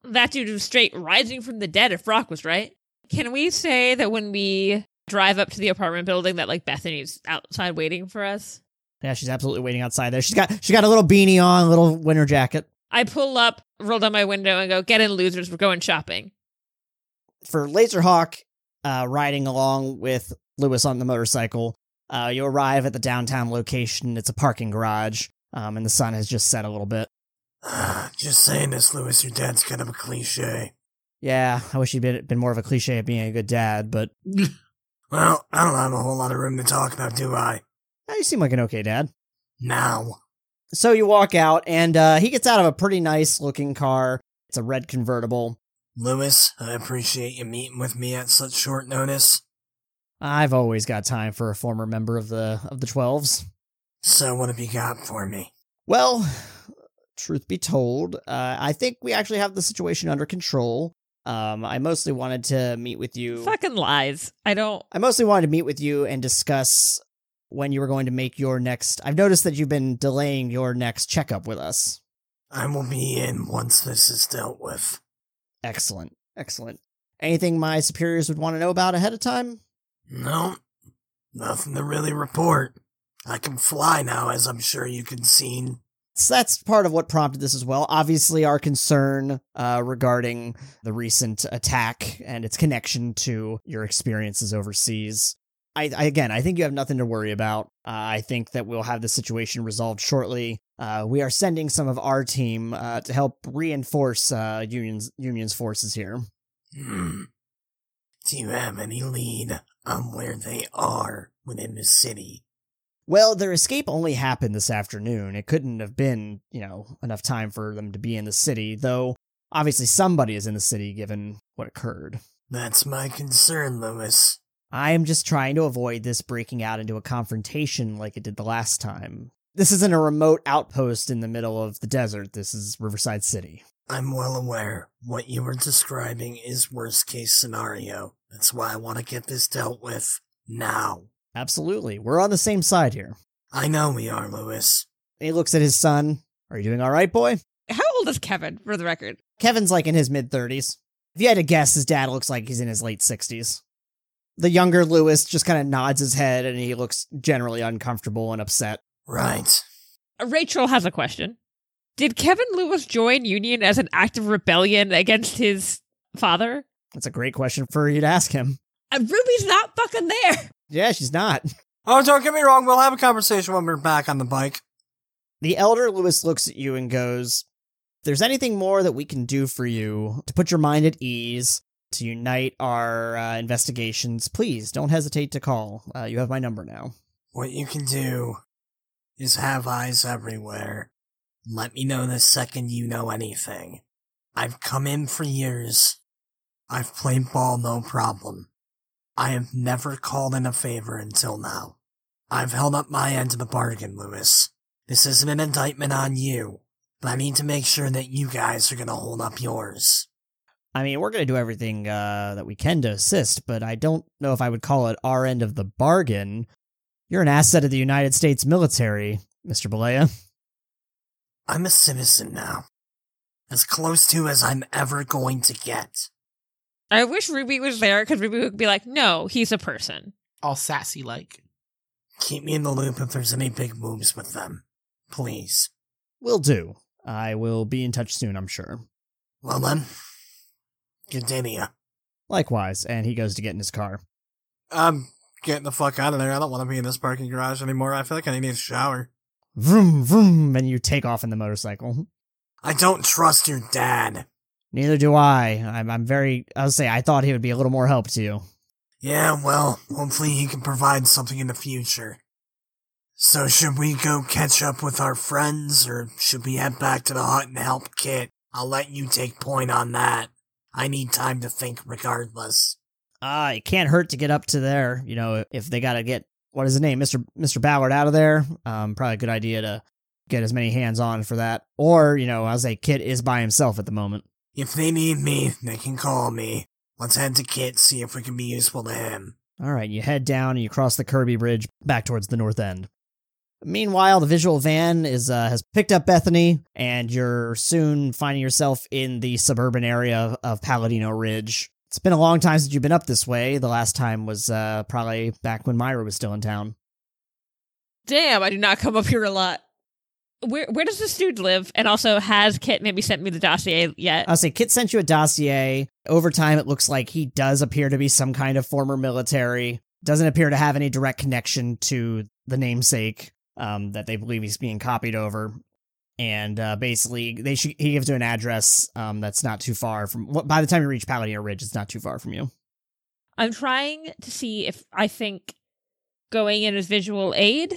[SPEAKER 7] that dude was straight rising from the dead if Brock was right. Can we say that when we drive up to the apartment building that like Bethany's outside waiting for us?
[SPEAKER 3] Yeah, she's absolutely waiting outside there. She's got she got a little beanie on, a little winter jacket.
[SPEAKER 7] I pull up, roll down my window and go, "Get in losers, we're going shopping."
[SPEAKER 3] for Laserhawk, uh, riding along with Lewis on the motorcycle, uh, you arrive at the downtown location. It's a parking garage, um, and the sun has just set a little bit.
[SPEAKER 4] Just saying this, Lewis, your dad's kind of a cliche.
[SPEAKER 3] Yeah, I wish he'd been, been more of a cliche at being a good dad, but
[SPEAKER 4] Well, I don't have a whole lot of room to talk about, do I?
[SPEAKER 3] eh, you seem like an okay dad.
[SPEAKER 4] Now.
[SPEAKER 3] So you walk out, and uh, he gets out of a pretty nice looking car. It's a red convertible.
[SPEAKER 4] Lewis, I appreciate you meeting with me at such short notice.
[SPEAKER 3] I've always got time for a former member of the of the twelves.
[SPEAKER 4] So, what have you got for me?
[SPEAKER 3] Well, truth be told, uh, I think we actually have the situation under control. Um, I mostly wanted to meet with you.
[SPEAKER 7] Fucking lies. I don't.
[SPEAKER 3] I mostly wanted to meet with you and discuss when you were going to make your next. I've noticed that you've been delaying your next checkup with us.
[SPEAKER 4] I will be in once this is dealt with.
[SPEAKER 3] Excellent, excellent. Anything my superiors would want to know about ahead of time?
[SPEAKER 4] No, nothing to really report. I can fly now, as I'm sure you can see.
[SPEAKER 3] So that's part of what prompted this as well. Obviously, our concern uh, regarding the recent attack and its connection to your experiences overseas. I, I again, I think you have nothing to worry about. Uh, I think that we'll have the situation resolved shortly. Uh, we are sending some of our team uh, to help reinforce uh, unions unions forces here.
[SPEAKER 4] Hmm. Do you have any lead on where they are within the city?
[SPEAKER 3] Well, their escape only happened this afternoon. It couldn't have been, you know, enough time for them to be in the city, though obviously somebody is in the city given what occurred.
[SPEAKER 4] That's my concern, Lewis.
[SPEAKER 3] I am just trying to avoid this breaking out into a confrontation like it did the last time. This isn't a remote outpost in the middle of the desert. This is Riverside City.
[SPEAKER 4] I'm well aware what you were describing is worst case scenario. That's why I want to get this dealt with now.
[SPEAKER 3] Absolutely. We're on the same side here.
[SPEAKER 4] I know we are, Lewis.
[SPEAKER 3] He looks at his son. Are you doing all right, boy?
[SPEAKER 7] How old is Kevin, for the record?
[SPEAKER 3] Kevin's like in his mid 30s. If you had to guess, his dad looks like he's in his late 60s. The younger Lewis just kind of nods his head and he looks generally uncomfortable and upset.
[SPEAKER 4] Right.
[SPEAKER 7] Rachel has a question. Did Kevin Lewis join Union as an act of rebellion against his father?
[SPEAKER 3] That's a great question for you to ask him.
[SPEAKER 7] And Ruby's not fucking there.
[SPEAKER 3] Yeah, she's not.
[SPEAKER 4] Oh, don't get me wrong. We'll have a conversation when we're back on the bike.
[SPEAKER 3] The elder Lewis looks at you and goes, If there's anything more that we can do for you to put your mind at ease, to unite our uh, investigations, please don't hesitate to call. Uh, you have my number now.
[SPEAKER 4] What you can do is have eyes everywhere. Let me know the second you know anything. I've come in for years. I've played ball no problem. I have never called in a favor until now. I've held up my end of the bargain, Lewis. This isn't an indictment on you, but I need to make sure that you guys are gonna hold up yours.
[SPEAKER 3] I mean, we're going to do everything uh, that we can to assist, but I don't know if I would call it our end of the bargain. You're an asset of the United States military, Mr. Balea.
[SPEAKER 4] I'm a citizen now. As close to as I'm ever going to get.
[SPEAKER 7] I wish Ruby was there because Ruby would be like, no, he's a person.
[SPEAKER 8] All sassy like.
[SPEAKER 4] Keep me in the loop if there's any big moves with them. Please.
[SPEAKER 3] Will do. I will be in touch soon, I'm sure.
[SPEAKER 4] Well then, continue.
[SPEAKER 3] Likewise, and he goes to get in his car.
[SPEAKER 4] I'm getting the fuck out of there. I don't want to be in this parking garage anymore. I feel like I need a shower.
[SPEAKER 3] Vroom, vroom, and you take off in the motorcycle.
[SPEAKER 4] I don't trust your dad.
[SPEAKER 3] Neither do I. I'm, I'm very, I'll say, I thought he would be a little more help to you.
[SPEAKER 4] Yeah, well, hopefully he can provide something in the future. So should we go catch up with our friends, or should we head back to the hut and help Kit? I'll let you take point on that. I need time to think regardless.
[SPEAKER 3] Uh, it can't hurt to get up to there. You know, if they got to get, what is his name, Mr. Mr. Ballard out of there, um, probably a good idea to get as many hands on for that. Or, you know, I'll say Kit is by himself at the moment.
[SPEAKER 4] If they need me, they can call me. Let's head to Kit, see if we can be useful to him.
[SPEAKER 3] All right, you head down and you cross the Kirby Bridge back towards the north end. Meanwhile, the visual van is uh, has picked up Bethany, and you're soon finding yourself in the suburban area of Paladino Ridge. It's been a long time since you've been up this way. The last time was uh, probably back when Myra was still in town.
[SPEAKER 7] Damn, I do not come up here a lot. Where where does this dude live? And also, has Kit maybe sent me the dossier yet?
[SPEAKER 3] I'll say Kit sent you a dossier. Over time, it looks like he does appear to be some kind of former military. Doesn't appear to have any direct connection to the namesake um, that they believe he's being copied over. And uh, basically, they sh- he gives you an address um, that's not too far from. wh- By the time you reach Paladino Ridge, it's not too far from you.
[SPEAKER 7] I'm trying to see if I think going in as visual aid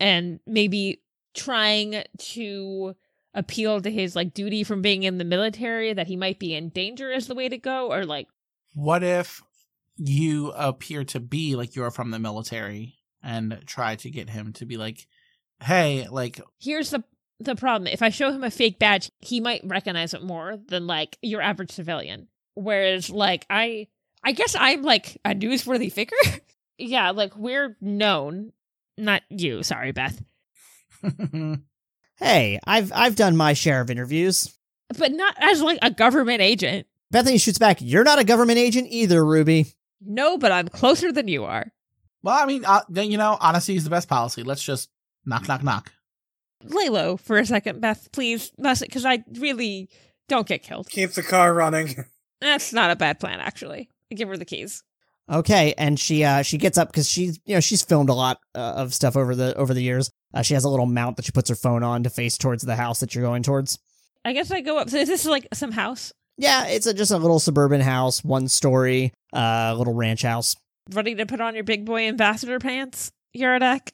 [SPEAKER 7] and maybe trying to appeal to his like duty from being in the military that he might be in danger is the way to go or like
[SPEAKER 8] What if you appear to be like you're from the military and try to get him to be like, hey, like,
[SPEAKER 7] here's the the problem if i show him a fake badge he might recognize it more than like your average civilian whereas like i i guess i'm like a newsworthy figure yeah like we're known not you sorry beth
[SPEAKER 3] Hey, I've I've done my share of interviews.
[SPEAKER 7] but not as like a government agent
[SPEAKER 3] Bethany shoots back. You're not a government agent either, Ruby.
[SPEAKER 7] no but i'm closer than you are
[SPEAKER 8] well, I mean, uh, then, you know, honesty is the best policy. Let's just knock, knock, knock.
[SPEAKER 7] lay low for a second beth please because i really don't get killed
[SPEAKER 4] Keep the car running.
[SPEAKER 7] that's not a bad plan actually give her the keys
[SPEAKER 3] Okay, and she uh she gets up because she's you know she's filmed a lot uh, of stuff over the over the years. Uh, she has a little mount that she puts her phone on to face towards the house that you're going towards.
[SPEAKER 7] i guess i go up so is this like some house
[SPEAKER 3] Yeah, it's a, just a little suburban house, one story, uh, little ranch house.
[SPEAKER 7] ready to put on your big boy ambassador pants Yuridak?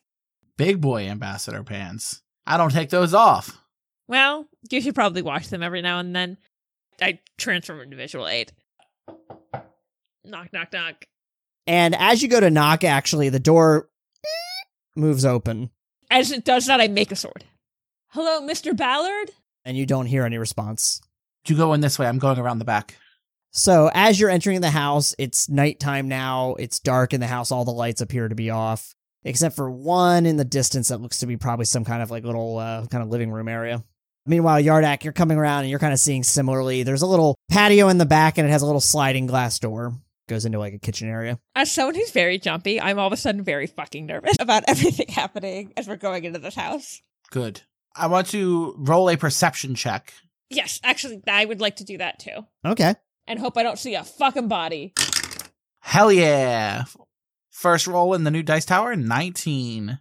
[SPEAKER 8] Big boy ambassador pants. I don't take those off.
[SPEAKER 7] Well, you should probably wash them every now and then. I transform into visual aid. Knock, knock, knock.
[SPEAKER 3] And as you go to knock, actually, the door moves open,
[SPEAKER 7] As it does that, I make a sword. Hello, Mr. Ballard?
[SPEAKER 3] and you don't hear any response.
[SPEAKER 8] You go in this way. I'm going around the back.
[SPEAKER 3] So as you're entering the house, it's nighttime now. It's dark in the house. All the lights appear to be off, except for one in the distance that looks to be probably some kind of like little uh, kind of living room area. Meanwhile, Yardak, you're coming around and you're kind of seeing similarly. There's a little patio in the back, and it has a little sliding glass door. Goes into like a kitchen area.
[SPEAKER 7] As someone who's very jumpy, I'm all of a sudden very fucking nervous about everything happening as we're going into this house.
[SPEAKER 8] Good. I want to roll a perception check.
[SPEAKER 7] Yes, actually, I would like to do that too.
[SPEAKER 3] Okay.
[SPEAKER 7] And hope I don't see a fucking body.
[SPEAKER 8] Hell yeah. First roll in the new dice tower 19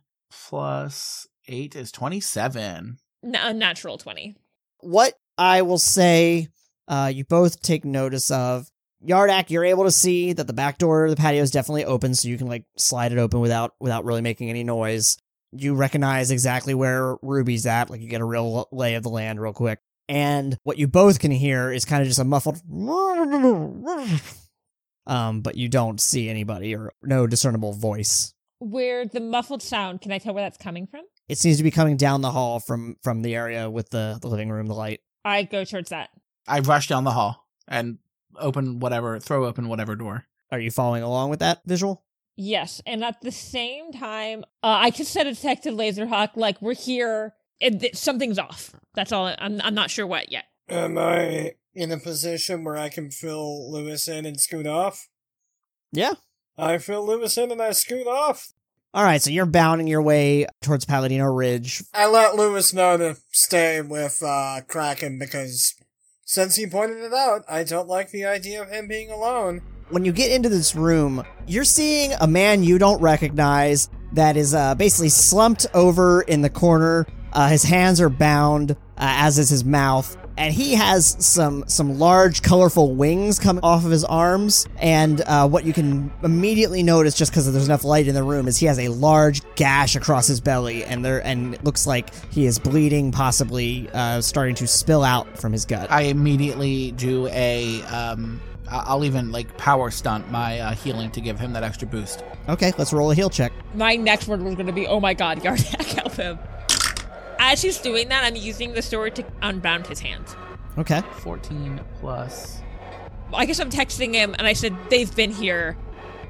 [SPEAKER 8] plus 8 is 27.
[SPEAKER 7] N- a natural 20.
[SPEAKER 3] what I will say, uh, you both take notice of. Yardak, you're able to see that the back door of the patio is definitely open, so you can like slide it open without without really making any noise. You recognize exactly where Ruby's at, like you get a real lay of the land real quick. And what you both can hear is kind of just a muffled um, but you don't see anybody or no discernible voice.
[SPEAKER 7] Where the muffled sound, can I tell where that's coming from?
[SPEAKER 3] It seems to be coming down the hall from from the area with the, the living room, the light.
[SPEAKER 7] I go towards that.
[SPEAKER 8] I rush down the hall and open whatever, throw open whatever door.
[SPEAKER 3] Are you following along with that visual?
[SPEAKER 7] Yes, and at the same time, uh, I could set a detect to Laserhawk, like, we're here, and th- something's off. That's all, I'm, I'm not sure what yet.
[SPEAKER 5] Am I in a position where I can fill Lewis in and scoot off?
[SPEAKER 3] Yeah.
[SPEAKER 5] I fill Lewis in and I scoot off.
[SPEAKER 3] All right, so you're bounding your way towards Paladino Ridge.
[SPEAKER 5] I let Lewis know to stay with uh, Kraken because since he pointed it out, I don't like the idea of him being alone.
[SPEAKER 3] When you get into this room, you're seeing a man you don't recognize that is uh, basically slumped over in the corner. Uh, his hands are bound, uh, as is his mouth, and he has some some large, colorful wings coming off of his arms. And uh, what you can immediately notice, just because there's enough light in the room, is he has a large gash across his belly, and there and it looks like he is bleeding, possibly uh, starting to spill out from his gut.
[SPEAKER 8] I immediately do a, um, I- I'll even like power stunt my uh, healing to give him that extra boost.
[SPEAKER 3] Okay, let's roll a heal check.
[SPEAKER 7] My next word was going to be, oh my god, Yardak, help him. As she's doing that, I'm using the sword to unbound his hands.
[SPEAKER 3] Okay.
[SPEAKER 8] 14 plus.
[SPEAKER 7] I guess I'm texting him and I said, they've been here.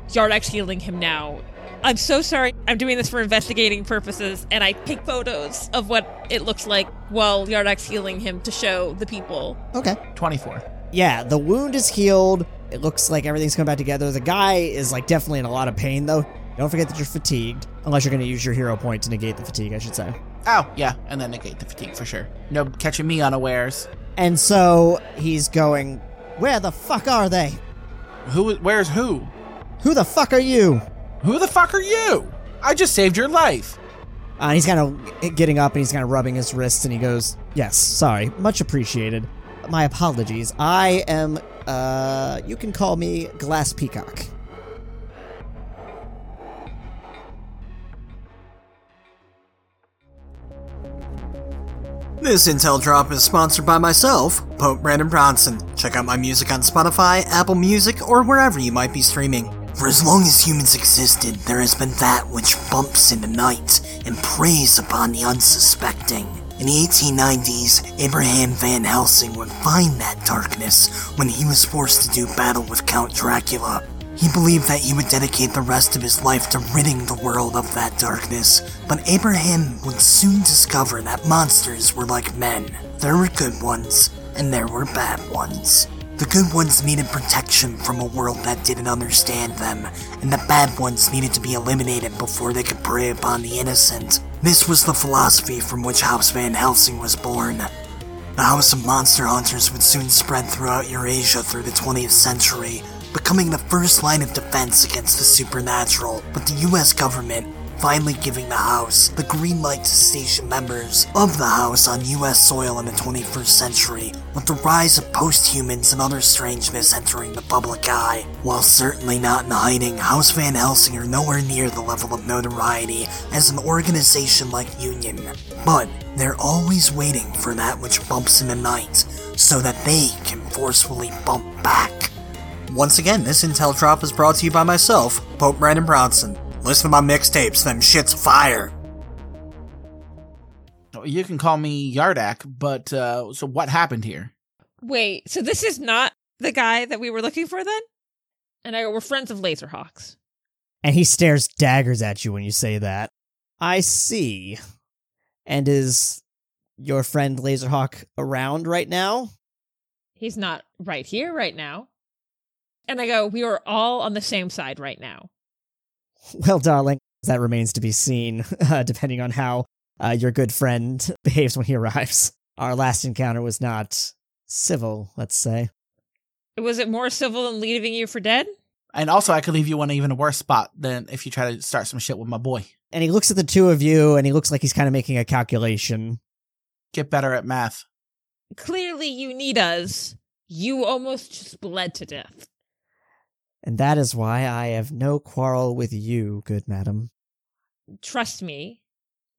[SPEAKER 7] Yardak's healing him now. I'm so sorry. I'm doing this for investigating purposes, and I take photos of what it looks like while Yardak's healing him to show the people.
[SPEAKER 3] Okay.
[SPEAKER 8] 24.
[SPEAKER 3] Yeah, the wound is healed. It looks like everything's coming back together. The guy is like definitely in a lot of pain though. Don't forget that you're fatigued, unless you're going to use your hero point to negate the fatigue, I should say.
[SPEAKER 8] Oh, yeah. And then negate the fatigue for sure. No catching me unawares.
[SPEAKER 3] And so he's going, "Where the fuck are they?
[SPEAKER 8] Who, where's who?
[SPEAKER 3] Who the fuck are you?"
[SPEAKER 8] Who the fuck are you? I just saved your life.
[SPEAKER 3] Uh, and he's kind of getting up and he's kind of rubbing his wrists and he goes, "Yes, sorry, much appreciated. My apologies. I am. Uh, you can call me Glass Peacock."
[SPEAKER 4] This Intel Drop is sponsored by myself, Pope Brandon Bronson. Check out my music on Spotify, Apple Music, or wherever you might be streaming. For as long as humans existed, there has been that which bumps in the night and preys upon the unsuspecting. In the 1890s, Abraham Van Helsing would find that darkness when he was forced to do battle with Count Dracula. He believed that he would dedicate the rest of his life to ridding the world of that darkness, but Abraham would soon discover that monsters were like men. There were good ones, and there were bad ones. The good ones needed protection from a world that didn't understand them, and the bad ones needed to be eliminated before they could prey upon the innocent. This was the philosophy from which House Van Helsing was born. The House of Monster Hunters would soon spread throughout Eurasia through the 20th century, becoming the first line of defense against the supernatural, with the US government finally giving the House the green light to station members of the House on US soil in the 21st century, with the rise of post humans and other strangeness entering the public eye. While certainly not in hiding, House Van Helsing are nowhere near the level of notoriety as an organization like Union, but they're always waiting for that which bumps in the night so that they can forcefully bump back. Once again, this Intel Drop is brought to you by myself, Pope Brandon Bronson. Listen to my mixtapes, them shit's fire.
[SPEAKER 8] You can call me Yardak, but uh, so what happened here?
[SPEAKER 7] Wait, so this is not the guy that we were looking for then? And I go, we're friends of Laserhawks.
[SPEAKER 3] And he stares daggers at you when you say that. I see. And is your friend Laserhawk around right now?
[SPEAKER 7] He's not right here right now. And I go, we are all on the same side right now.
[SPEAKER 3] Well, darling, that remains to be seen, uh, depending on how uh, your good friend behaves when he arrives. Our last encounter was not civil, let's say.
[SPEAKER 7] Was it more civil than leaving you for dead?
[SPEAKER 8] And also, I could leave you in an even worse spot than if you try to start some shit with my boy.
[SPEAKER 3] And he looks at the two of you and he looks like he's kind of making a calculation.
[SPEAKER 8] Get better at math.
[SPEAKER 7] Clearly, you need us. You almost just bled to death.
[SPEAKER 3] And that is why I have no quarrel with you, good madam.
[SPEAKER 7] Trust me,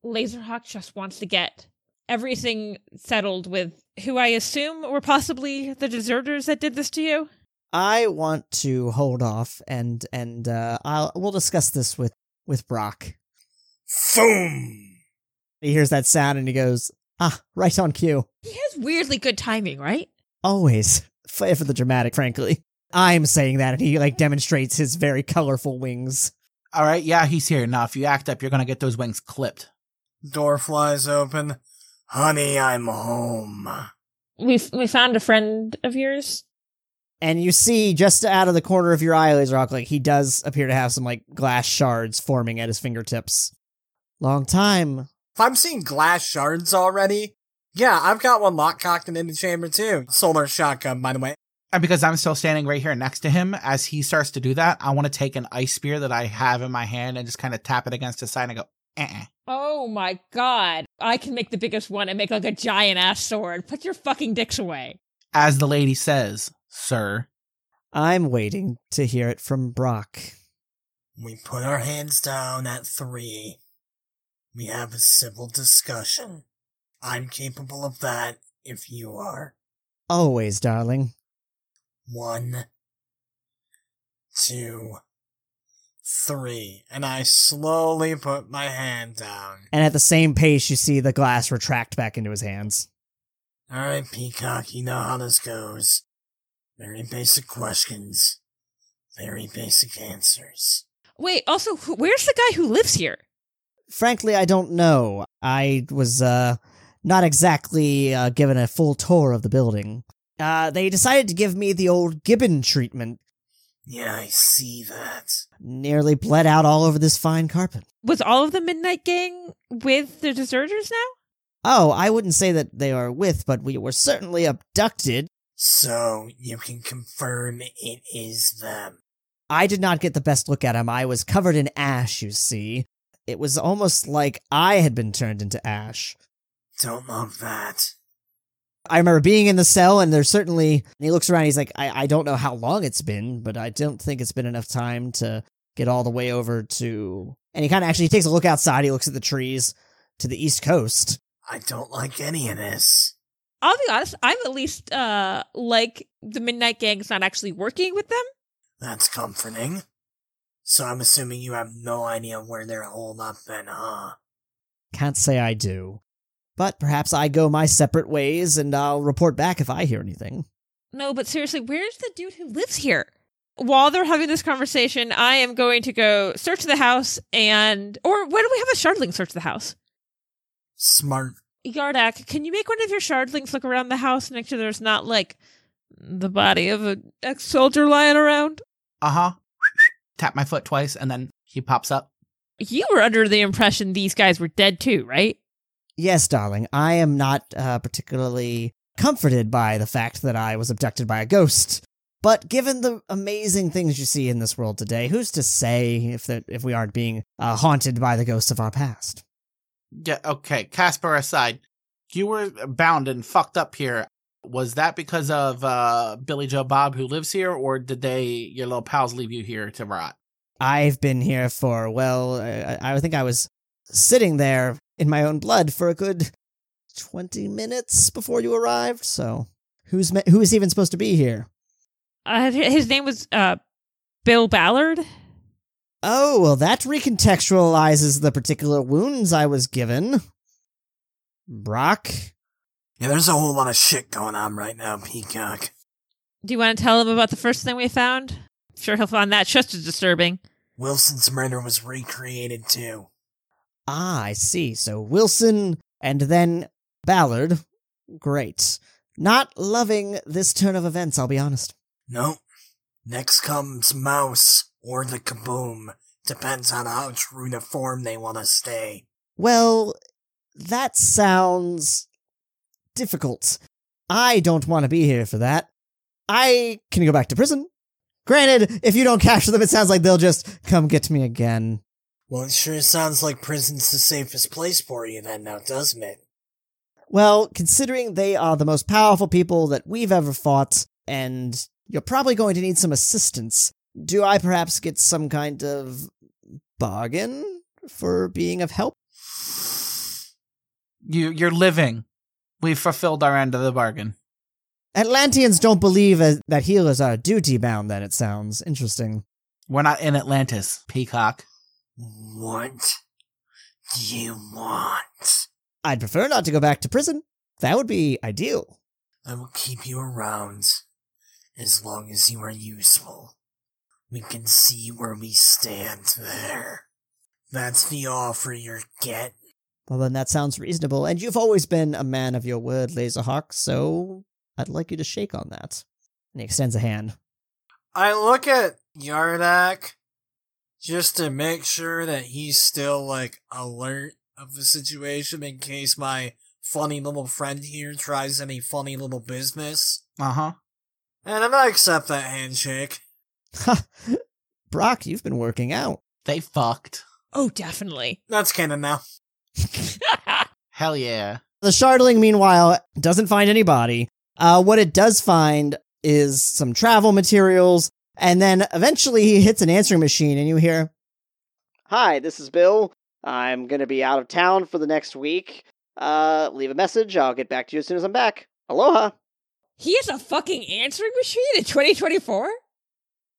[SPEAKER 7] Laserhawk just wants to get everything settled with who I assume were possibly the deserters that did this to you.
[SPEAKER 3] I want to hold off and and uh I'll we'll discuss this with with Brock.
[SPEAKER 4] Boom!
[SPEAKER 3] He hears that sound and he goes, "Ah, right on cue.
[SPEAKER 7] He has weirdly good timing, right?
[SPEAKER 3] Always for, for the dramatic, frankly." I'm saying that and he like demonstrates his very colorful wings.
[SPEAKER 8] All right, yeah, he's here. Now, if you act up, you're going to get those wings clipped.
[SPEAKER 4] Door flies open. Honey, I'm home.
[SPEAKER 7] We we found a friend of yours.
[SPEAKER 3] And you see just out of the corner of your eye, Laserhawk, like he does appear to have some like glass shards forming at his fingertips. Long time.
[SPEAKER 4] If I'm seeing glass shards already, yeah, I've got one lock cocked and in the chamber too. Solar shotgun, by the way.
[SPEAKER 8] And because I'm still standing right here next to him, as he starts to do that, I want to take an ice spear that I have in my hand and just kind of tap it against his side and go, eh.
[SPEAKER 7] Oh my god. I can make the biggest one and make like a giant ass sword. Put your fucking dicks away.
[SPEAKER 8] As the lady says, sir.
[SPEAKER 3] I'm waiting to hear it from Brock.
[SPEAKER 4] We put our hands down at three. We have a civil discussion. I'm capable of that if you are.
[SPEAKER 3] Always, darling.
[SPEAKER 4] One, two, three. And I slowly put my hand down.
[SPEAKER 3] And at the same pace, you see the glass retract back into his hands.
[SPEAKER 4] Alright, Peacock, you know how this goes. Very basic questions, very basic answers.
[SPEAKER 7] Wait, also, who, where's the guy who lives here?
[SPEAKER 3] Frankly, I don't know. I was uh, not exactly uh, given a full tour of the building. Uh, they decided to give me the old Gibbon treatment.
[SPEAKER 4] Yeah, I see that.
[SPEAKER 3] Nearly bled out all over this fine carpet.
[SPEAKER 7] Was all of the Midnight Gang with the deserters now?
[SPEAKER 3] Oh, I wouldn't say that they are with, but we were certainly abducted.
[SPEAKER 4] So you can confirm it is them.
[SPEAKER 3] I did not get the best look at him. I was covered in ash, you see. It was almost like I had been turned into ash.
[SPEAKER 4] Don't love that.
[SPEAKER 3] I remember being in the cell, and there's certainly. And he looks around. He's like, I, I don't know how long it's been, but I don't think it's been enough time to get all the way over to. And he kind of actually takes a look outside. He looks at the trees to the east coast.
[SPEAKER 4] I don't like any of this.
[SPEAKER 7] I'll be honest, I'm at least uh like the Midnight Gang's not actually working with them.
[SPEAKER 4] That's comforting. So I'm assuming you have no idea where they're holed up uh, then, huh?
[SPEAKER 3] Can't say I do. But perhaps I go my separate ways and I'll report back if I hear anything.
[SPEAKER 7] No, but seriously, where's the dude who lives here? While they're having this conversation, I am going to go search the house and or why do we have a shardling search the house?
[SPEAKER 4] Smart.
[SPEAKER 7] Yardak, can you make one of your shardlings look around the house and make sure there's not like the body of an ex soldier lying around?
[SPEAKER 8] Uh huh. Tap my foot twice, and then he pops up.
[SPEAKER 7] You were under the impression these guys were dead too, right?
[SPEAKER 3] Yes, darling, I am not uh, particularly comforted by the fact that I was abducted by a ghost. But given the amazing things you see in this world today, who's to say if that if we aren't being uh, haunted by the ghosts of our past?
[SPEAKER 8] Yeah, okay. Casper aside, you were bound and fucked up here. Was that because of uh, Billy Joe Bob who lives here, or did they, your little pals, leave you here to rot?
[SPEAKER 3] I've been here for, well, I, I think I was sitting there in my own blood for a good 20 minutes before you arrived. So who's me- who is even supposed to be here?
[SPEAKER 7] Uh, his name was uh, Bill Ballard.
[SPEAKER 3] Oh, well, that recontextualizes the particular wounds I was given. Brock,
[SPEAKER 4] Yeah, there's a whole lot of shit going on right now, Peacock.
[SPEAKER 7] Do you want to tell him about the first thing we found? I'm sure he'll find that just as disturbing.
[SPEAKER 4] Wilson's murder was recreated too.
[SPEAKER 3] Ah, I see. So Wilson and then Ballard. Great. Not loving this turn of events, I'll be honest.
[SPEAKER 4] Nope. Next comes Mouse or the Kaboom. Depends on how true to form they want to stay.
[SPEAKER 3] Well, that sounds difficult. I don't want to be here for that. I can go back to prison. Granted, if you don't capture them, it sounds like they'll just come get me again.
[SPEAKER 4] Well, it sure sounds like prison's the safest place for you then now, doesn't it?
[SPEAKER 3] Well, considering they are the most powerful people that we've ever fought, and you're probably going to need some assistance, do I perhaps get some kind of bargain for being of help?
[SPEAKER 8] You you're living. We've fulfilled our end of the bargain.
[SPEAKER 3] Atlanteans don't believe as- that healers are duty bound, then it sounds. Interesting.
[SPEAKER 8] We're not in Atlantis, Peacock.
[SPEAKER 4] What do you want?
[SPEAKER 3] I'd prefer not to go back to prison. That would be ideal.
[SPEAKER 4] I will keep you around as long as you are useful. We can see where we stand there. That's the offer you're getting.
[SPEAKER 3] Well, then that sounds reasonable, and you've always been a man of your word, Laserhawk, so I'd like you to shake on that. And he extends a hand.
[SPEAKER 4] I look at Yardak just to make sure that he's still like alert of the situation in case my funny little friend here tries any funny little business.
[SPEAKER 8] Uh huh.
[SPEAKER 4] And then I accept that handshake.
[SPEAKER 3] Ha! Brock, you've been working out.
[SPEAKER 8] They fucked.
[SPEAKER 7] Oh, definitely.
[SPEAKER 4] That's canon now.
[SPEAKER 8] Hell yeah.
[SPEAKER 3] The Shardling, meanwhile, doesn't find any body. Uh, what it does find is some travel materials, and then eventually he hits an answering machine, and you hear, "Hi, this is Bill. I'm gonna be out of town for the next week. Uh, leave a message. I'll get back to you as soon as I'm back. Aloha."
[SPEAKER 7] he has a fucking answering machine in 2024?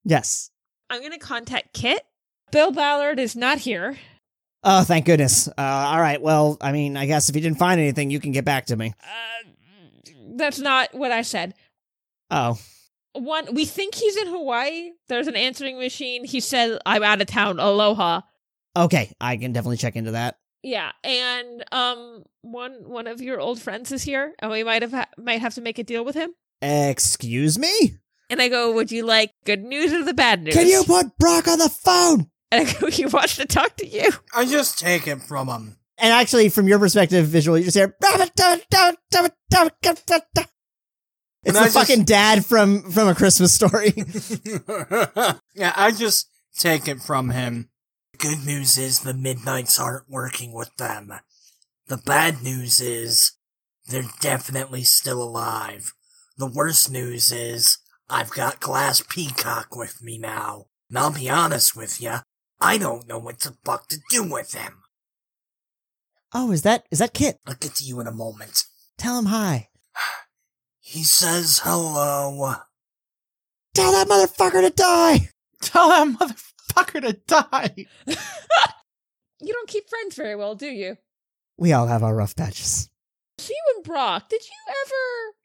[SPEAKER 3] Yes.
[SPEAKER 7] I'm going to contact Kit. Bill Ballard is not here.
[SPEAKER 3] Oh, thank goodness. Uh, all right. Well, I mean, I guess if you didn't find anything, you can get back to me.
[SPEAKER 7] Uh, that's not what I said.
[SPEAKER 3] Oh,
[SPEAKER 7] One, we think he's in Hawaii. There's an answering machine. He said, I'm out of town. Aloha.
[SPEAKER 3] okay. I can definitely check into that.
[SPEAKER 7] Yeah, and um, one one of your old friends is here, and we might have ha- might have to make a deal with him.
[SPEAKER 3] Excuse me?
[SPEAKER 7] And I go, would you like good news or the bad news?
[SPEAKER 3] Can you put Brock on the phone?
[SPEAKER 7] And I go, he wants to talk to you.
[SPEAKER 4] I just take it from him.
[SPEAKER 3] And actually, from your perspective, visually, you just hear. It's
[SPEAKER 4] And I
[SPEAKER 3] the
[SPEAKER 4] just-
[SPEAKER 3] fucking dad from from a Christmas story.
[SPEAKER 4] yeah, I just take it from him. Good news is the Midnights aren't working with them. The bad news is they're definitely still alive. The worst news is I've got Glass Peacock with me now. And I'll be honest with you, I don't know what the fuck to do with him.
[SPEAKER 3] oh, is that is that Kit?
[SPEAKER 4] I'll get to you in a moment.
[SPEAKER 3] Tell him hi.
[SPEAKER 4] He says hello.
[SPEAKER 3] Tell that motherfucker to die.
[SPEAKER 8] Tell that motherfucker to die.
[SPEAKER 7] You don't keep friends very well, do you?
[SPEAKER 3] We all have our rough patches.
[SPEAKER 7] So you and Brock, did you ever?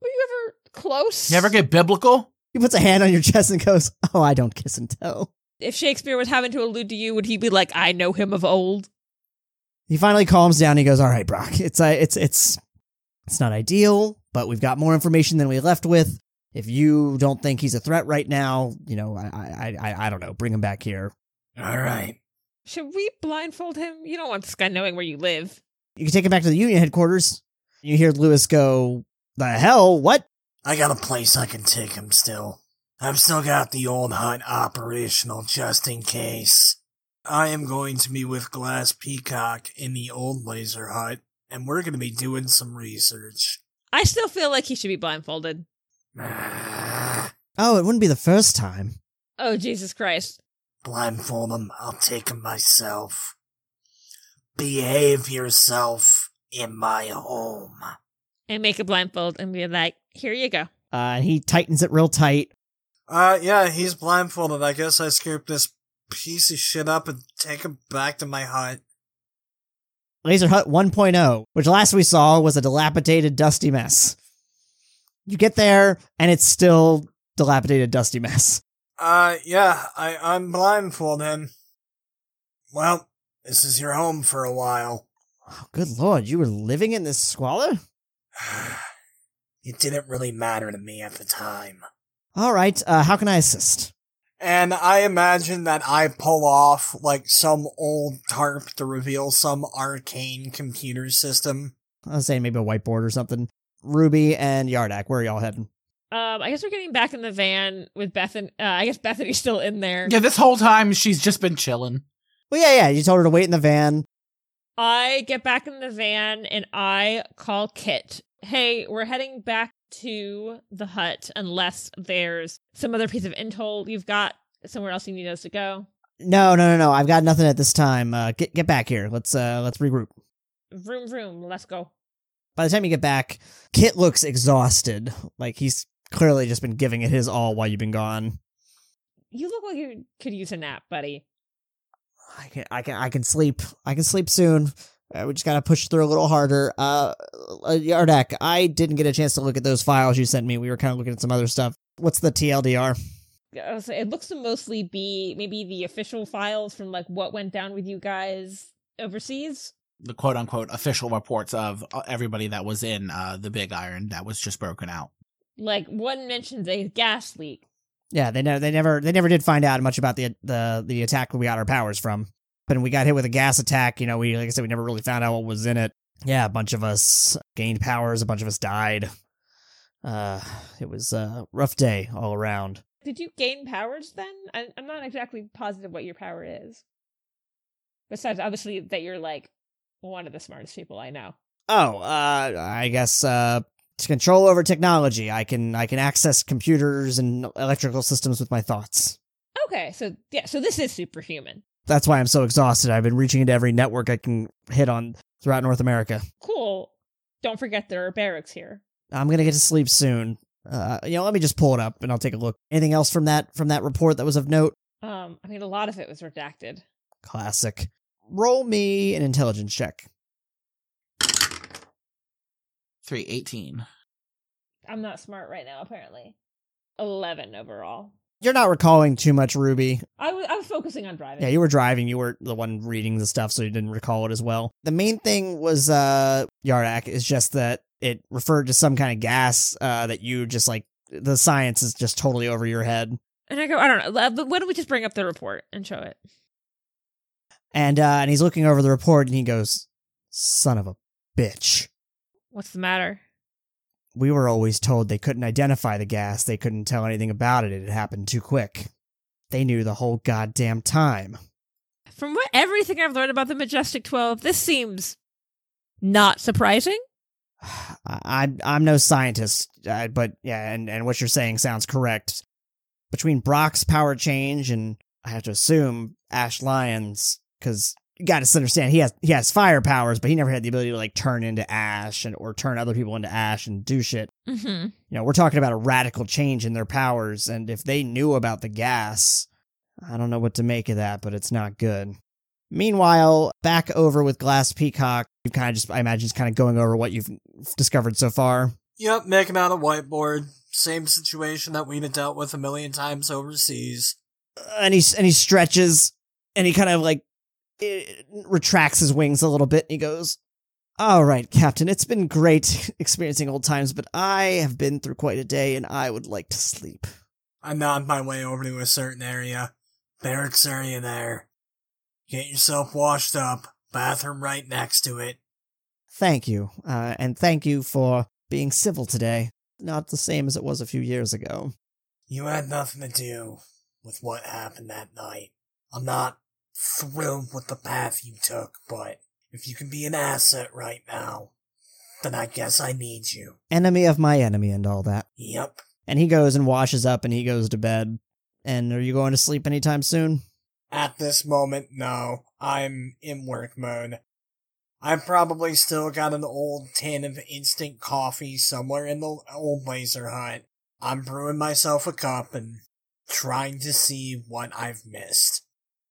[SPEAKER 7] Were you ever close?
[SPEAKER 8] You ever get biblical?
[SPEAKER 3] He puts a hand on your chest and goes, "Oh, I don't kiss and tell."
[SPEAKER 7] If Shakespeare was having to allude to you, would he be like, "I know him of old"?
[SPEAKER 3] He finally calms down. He goes, "All right, Brock. It's uh, it's it's it's not ideal, but we've got more information than we left with. If you don't think he's a threat right now, you know, I I I, I don't know. Bring him back here.
[SPEAKER 4] All right.
[SPEAKER 7] Should we blindfold him? You don't want this guy knowing where you live.
[SPEAKER 3] You can take him back to the union headquarters. You hear Lewis go, "The hell? What?
[SPEAKER 4] I got a place I can take him still. I've still got the old hut operational just in case. I am going to be with Glass Peacock in the old laser hut, and we're going to be doing some research.
[SPEAKER 7] I still feel like he should be blindfolded.
[SPEAKER 3] Oh, it wouldn't be the first time.
[SPEAKER 7] Oh Jesus Christ!
[SPEAKER 4] Blindfold him, I'll take him myself. Behave yourself in my home.
[SPEAKER 7] and make a blindfold and be like, here you go.
[SPEAKER 3] Uh, and he tightens it real tight.
[SPEAKER 4] Uh, yeah, he's blindfolded. I guess I scoop this piece of shit up and take him back to my hut.
[SPEAKER 3] Laser Hut 1.0, which last we saw was a dilapidated, dusty mess. You get there, and it's still dilapidated, dusty mess.
[SPEAKER 4] Uh, yeah, I, I'm blindfold him. Well, this is your home for a while.
[SPEAKER 3] Oh, good lord, you were living in this squalor?
[SPEAKER 4] it didn't really matter to me at the time.
[SPEAKER 3] All right, uh, how can I assist?
[SPEAKER 4] And I imagine that I pull off like some old tarp to reveal some arcane computer system.
[SPEAKER 3] I was saying maybe a whiteboard or something. Ruby and Yardak, where are y'all heading?
[SPEAKER 7] Um, I guess we're getting back in the van with Bethany. Uh, I guess Bethany's still in there.
[SPEAKER 8] Yeah, this whole time she's just been chilling.
[SPEAKER 3] Well, yeah, yeah. You told her to wait in the van.
[SPEAKER 7] I get back in the van and I call Kit. Hey, we're heading back to the hut unless there's some other piece of intel you've got somewhere else you need us to go.
[SPEAKER 3] No, no, no, no. I've got nothing at this time. Uh, get get back here. Let's uh let's regroup.
[SPEAKER 7] Vroom, vroom. Let's go.
[SPEAKER 3] By the time you get back, Kit looks exhausted. Like he's clearly just been giving it his all while you've been gone.
[SPEAKER 7] You look like you could use a nap, buddy.
[SPEAKER 3] I can I can I can sleep. I can sleep soon. Uh, we just gotta push through a little harder. Uh, uh, Yardak, I didn't get a chance to look at those files you sent me. We were kind of looking at some other stuff. What's the TLDR?
[SPEAKER 7] I was- It looks to mostly be maybe the official files from like what went down with you guys overseas.
[SPEAKER 8] The quote unquote official reports of uh, everybody that was in uh, the Big Iron that was just broken out.
[SPEAKER 7] Like one mentions a gas leak.
[SPEAKER 3] Yeah, they never they never they never did find out much about the the the attack we got our powers from. But we got hit with a gas attack. You know, we like I said, we never really found out what was in it. Yeah, a bunch of us gained powers, a bunch of us died. Uh, it was a rough day all around.
[SPEAKER 7] Did you gain powers then? I- I'm not exactly positive what your power is. Besides, obviously, that you're like one of the smartest people I know.
[SPEAKER 3] Oh, uh, I guess uh, to control over technology, I can I can access computers and electrical systems with my thoughts.
[SPEAKER 7] Okay, so yeah, so this is superhuman.
[SPEAKER 3] That's why I'm so exhausted. I've been reaching into every network I can hit on throughout North America.
[SPEAKER 7] Cool. Don't forget there are barracks here.
[SPEAKER 3] I'm gonna get to sleep soon. Uh, you know, let me just pull it up and I'll take a look. Anything else from that from that report that was of note?
[SPEAKER 7] Um, I mean, a lot of it was redacted.
[SPEAKER 3] Classic. Roll me an intelligence check.
[SPEAKER 8] 318.
[SPEAKER 7] I'm not smart right now, apparently. Eleven overall.
[SPEAKER 3] You're not recalling too much, Ruby.
[SPEAKER 7] I was I was focusing on driving.
[SPEAKER 3] Yeah, you were driving. You were the one reading the stuff, so you didn't recall it as well. The main thing was uh Yardak is just that it referred to some kind of gas uh, that you just like. The science is just totally over your head.
[SPEAKER 7] and I go, I don't know. uh, But why don't we just bring up the report and show it?
[SPEAKER 3] And uh, and he's looking over the report and he goes, "Son of a bitch."
[SPEAKER 7] What's the matter?
[SPEAKER 3] we were always told they couldn't identify the gas, they couldn't tell anything about it, it had happened too quick. They knew the whole goddamn time.
[SPEAKER 7] From what everything I've learned about the Majestic Twelve, this seems not surprising.
[SPEAKER 3] I, I'm- I'm no scientist, uh, but yeah, and, and what you're saying sounds correct. Between Brock's power change and I have to assume Ash Lyons, because you got to understand he has he has fire powers, but he never had the ability to like turn into Ash and or turn other people into Ash and do shit.
[SPEAKER 7] Mm-hmm.
[SPEAKER 3] you know, we're talking about a radical change in their powers, and if they knew about the gas, I don't know what to make of that, but it's not good. Meanwhile, back over with Glass Peacock, you kind of just, I imagine, just kind of going over what you've discovered so far.
[SPEAKER 4] Yep, making out a whiteboard. Same situation that we'd have dealt with a million times overseas.
[SPEAKER 3] And he, and he stretches, and he kind of like eh, retracts his wings a little bit, and he goes, All right, Captain, it's been great experiencing old times, but I have been through quite a day, and I would like to sleep.
[SPEAKER 4] I nod my way over to a certain area. Barracks area there. Get yourself washed up. Bathroom right next to it.
[SPEAKER 3] Thank you, uh, and thank you for being civil today. Not the same as it was a few years ago.
[SPEAKER 4] You had nothing to do with what happened that night. I'm not thrilled with the path you took, but if you can be an asset right now, then I guess I need you.
[SPEAKER 3] Enemy of my enemy, and all that.
[SPEAKER 4] Yep.
[SPEAKER 3] And he goes and washes up, and he goes to bed. And are you going to sleep anytime soon?
[SPEAKER 4] At this moment, no. I'm in work mode. I've probably still got an old tin of instant coffee somewhere in the old laser hut. I'm brewing myself a cup and trying to see what I've missed.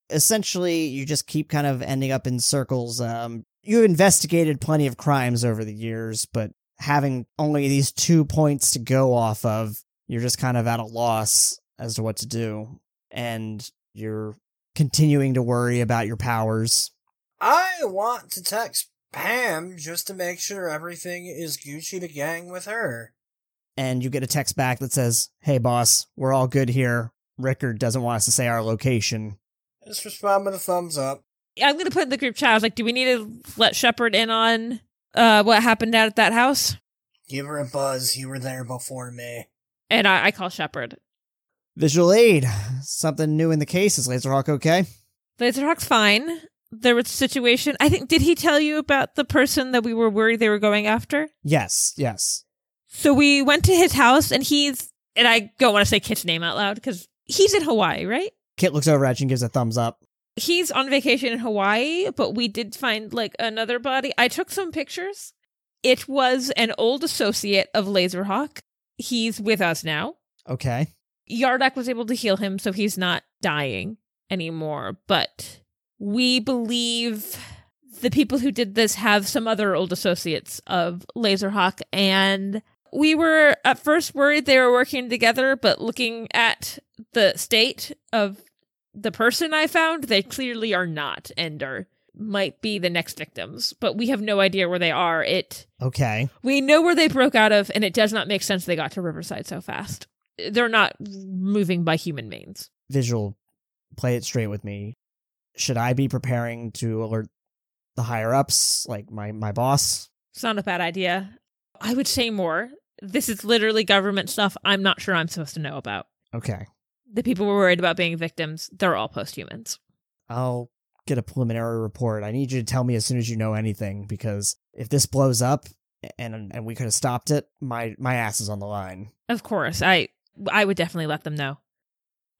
[SPEAKER 3] Essentially, you just keep kind of ending up in circles. Um, You've investigated plenty of crimes over the years, but having only these two points to go off of, you're just kind of at a loss as to what to do. And you're continuing to worry about your powers.
[SPEAKER 4] I want to text Pam just to make sure everything is Gucci to gang with her.
[SPEAKER 3] And you get a text back that says, Hey, boss, we're all good here. Rickard doesn't want us to say our location.
[SPEAKER 4] Just respond with a thumbs up.
[SPEAKER 7] I'm going to put in the group chat. I was like, do we need to let Shepard in on uh, what happened out at that house?
[SPEAKER 4] Give her a buzz. You were there before me.
[SPEAKER 7] And I, I call Shepard.
[SPEAKER 3] Visual aid. Something new in the case. Is Laserhawk okay?
[SPEAKER 7] Laserhawk's fine. There was a situation. I think, did he tell you about the person that we were worried they were going after?
[SPEAKER 3] Yes, yes.
[SPEAKER 7] So we went to his house and he's, and I don't want to say Kit's name out loud because he's in Hawaii, right?
[SPEAKER 3] Kit looks over at you and gives a thumbs up.
[SPEAKER 7] He's on vacation in Hawaii, but we did find like another body. I took some pictures. It was an old associate of Laserhawk. He's with us now.
[SPEAKER 3] Okay.
[SPEAKER 7] Yardak was able to heal him, so he's not dying anymore. But we believe the people who did this have some other old associates of Laserhawk, and we were at first worried they were working together, but looking at the state of the person I found, they clearly are not and are might be the next victims, but we have no idea where they are. It
[SPEAKER 3] Okay.
[SPEAKER 7] we know where they broke out of, and it does not make sense they got to Riverside so fast. They're not moving by human means.
[SPEAKER 3] Visual, play it straight with me. Should I be preparing to alert the higher ups, like my, my boss?
[SPEAKER 7] It's not a bad idea. I would say more. This is literally government stuff I'm not sure I'm supposed to know about.
[SPEAKER 3] Okay.
[SPEAKER 7] The people we're worried about being victims, they're all post humans.
[SPEAKER 3] I'll get a preliminary report. I need you to tell me as soon as you know anything, because if this blows up and and we could have stopped it, my my ass is on the line.
[SPEAKER 7] Of course, I I would definitely let them know.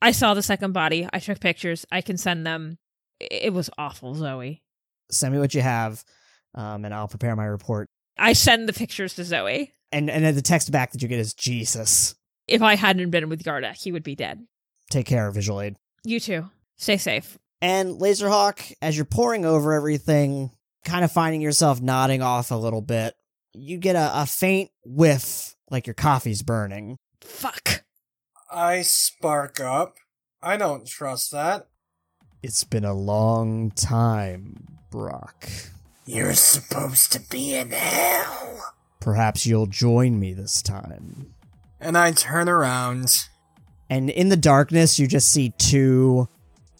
[SPEAKER 7] I saw the second body. I took pictures. I can send them. I- It was awful, Zoe.
[SPEAKER 3] Send me what you have, um, and I'll prepare my report.
[SPEAKER 7] I send the pictures to Zoe.
[SPEAKER 3] And and then the text back that you get is Jesus.
[SPEAKER 7] If I hadn't been with Garda, he would be dead.
[SPEAKER 3] Take care, visual aid.
[SPEAKER 7] You too. Stay safe.
[SPEAKER 3] And Laserhawk, as you're pouring over everything, kind of finding yourself nodding off a little bit, you get a, a faint whiff like your coffee's burning.
[SPEAKER 7] Fuck.
[SPEAKER 4] I spark up. I don't trust that.
[SPEAKER 3] It's been a long time, Brock.
[SPEAKER 4] You're supposed to be in hell.
[SPEAKER 3] Perhaps you'll join me this time.
[SPEAKER 4] And I turn around.
[SPEAKER 3] And in the darkness, you just see two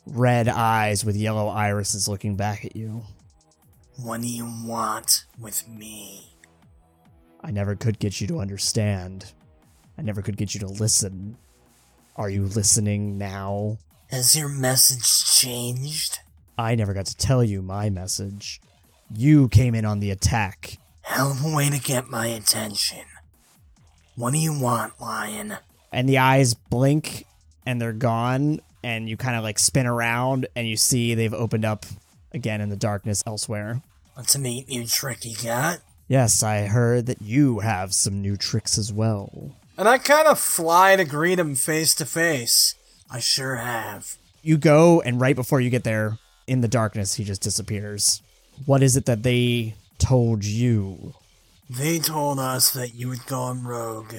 [SPEAKER 3] red eyes with yellow irises looking back at you.
[SPEAKER 4] What do you want with me?
[SPEAKER 3] I never could get you to understand. I never could get you to listen. Are you listening now?
[SPEAKER 4] Has your message changed?
[SPEAKER 3] I never got to tell you my message. You came in on the attack.
[SPEAKER 4] Hell of a way to get my attention. What do you want, lion?
[SPEAKER 3] And the eyes blink and they're gone. And you kind of like spin around and you see they've opened up again in the darkness elsewhere.
[SPEAKER 4] Let's meet you, tricky cat.
[SPEAKER 3] Yes, I heard that you have some new tricks as well.
[SPEAKER 4] And I kind of fly to greet him face to face. I sure have.
[SPEAKER 3] You go, and right before you get there, in the darkness, he just disappears. What is it that they told you?
[SPEAKER 4] They told us that you had gone rogue,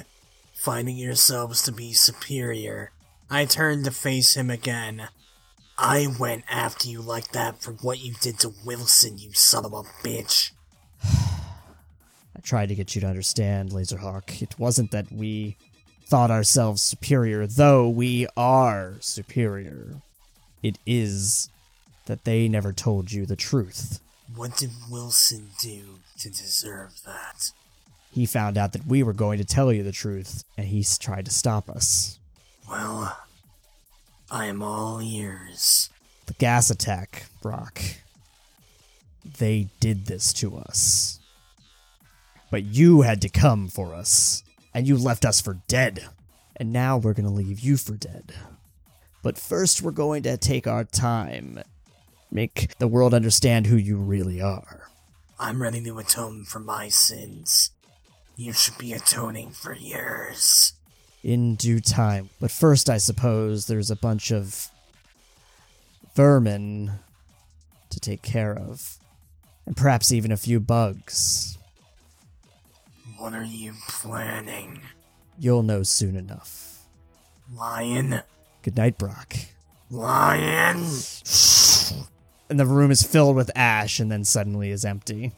[SPEAKER 4] finding yourselves to be superior. I turned to face him again. I went after you like that for what you did to Wilson, you son of a bitch.
[SPEAKER 3] I tried to get you to understand, Laserhawk. It wasn't that we thought ourselves superior, though we are superior. It is that they never told you the truth.
[SPEAKER 4] What did Wilson do to deserve that?
[SPEAKER 3] He found out that we were going to tell you the truth, and he s- tried to stop us.
[SPEAKER 4] Well, I am all ears.
[SPEAKER 3] the gas attack, Brock. They did this to us. But you had to come for us, and you left us for dead. And now we're going to leave you for dead. But first, we're going to take our time, make the world understand who you really are.
[SPEAKER 4] I'm ready to atone for my sins. You should be atoning for yours.
[SPEAKER 3] in due time. But first, I suppose there's a bunch of vermin to take care of. and perhaps even a few bugs.
[SPEAKER 4] What are you planning,
[SPEAKER 3] You'll know soon enough.
[SPEAKER 4] lion?
[SPEAKER 3] Good night, Brock.
[SPEAKER 4] Lion!
[SPEAKER 3] And the room is filled with ash and then suddenly is empty.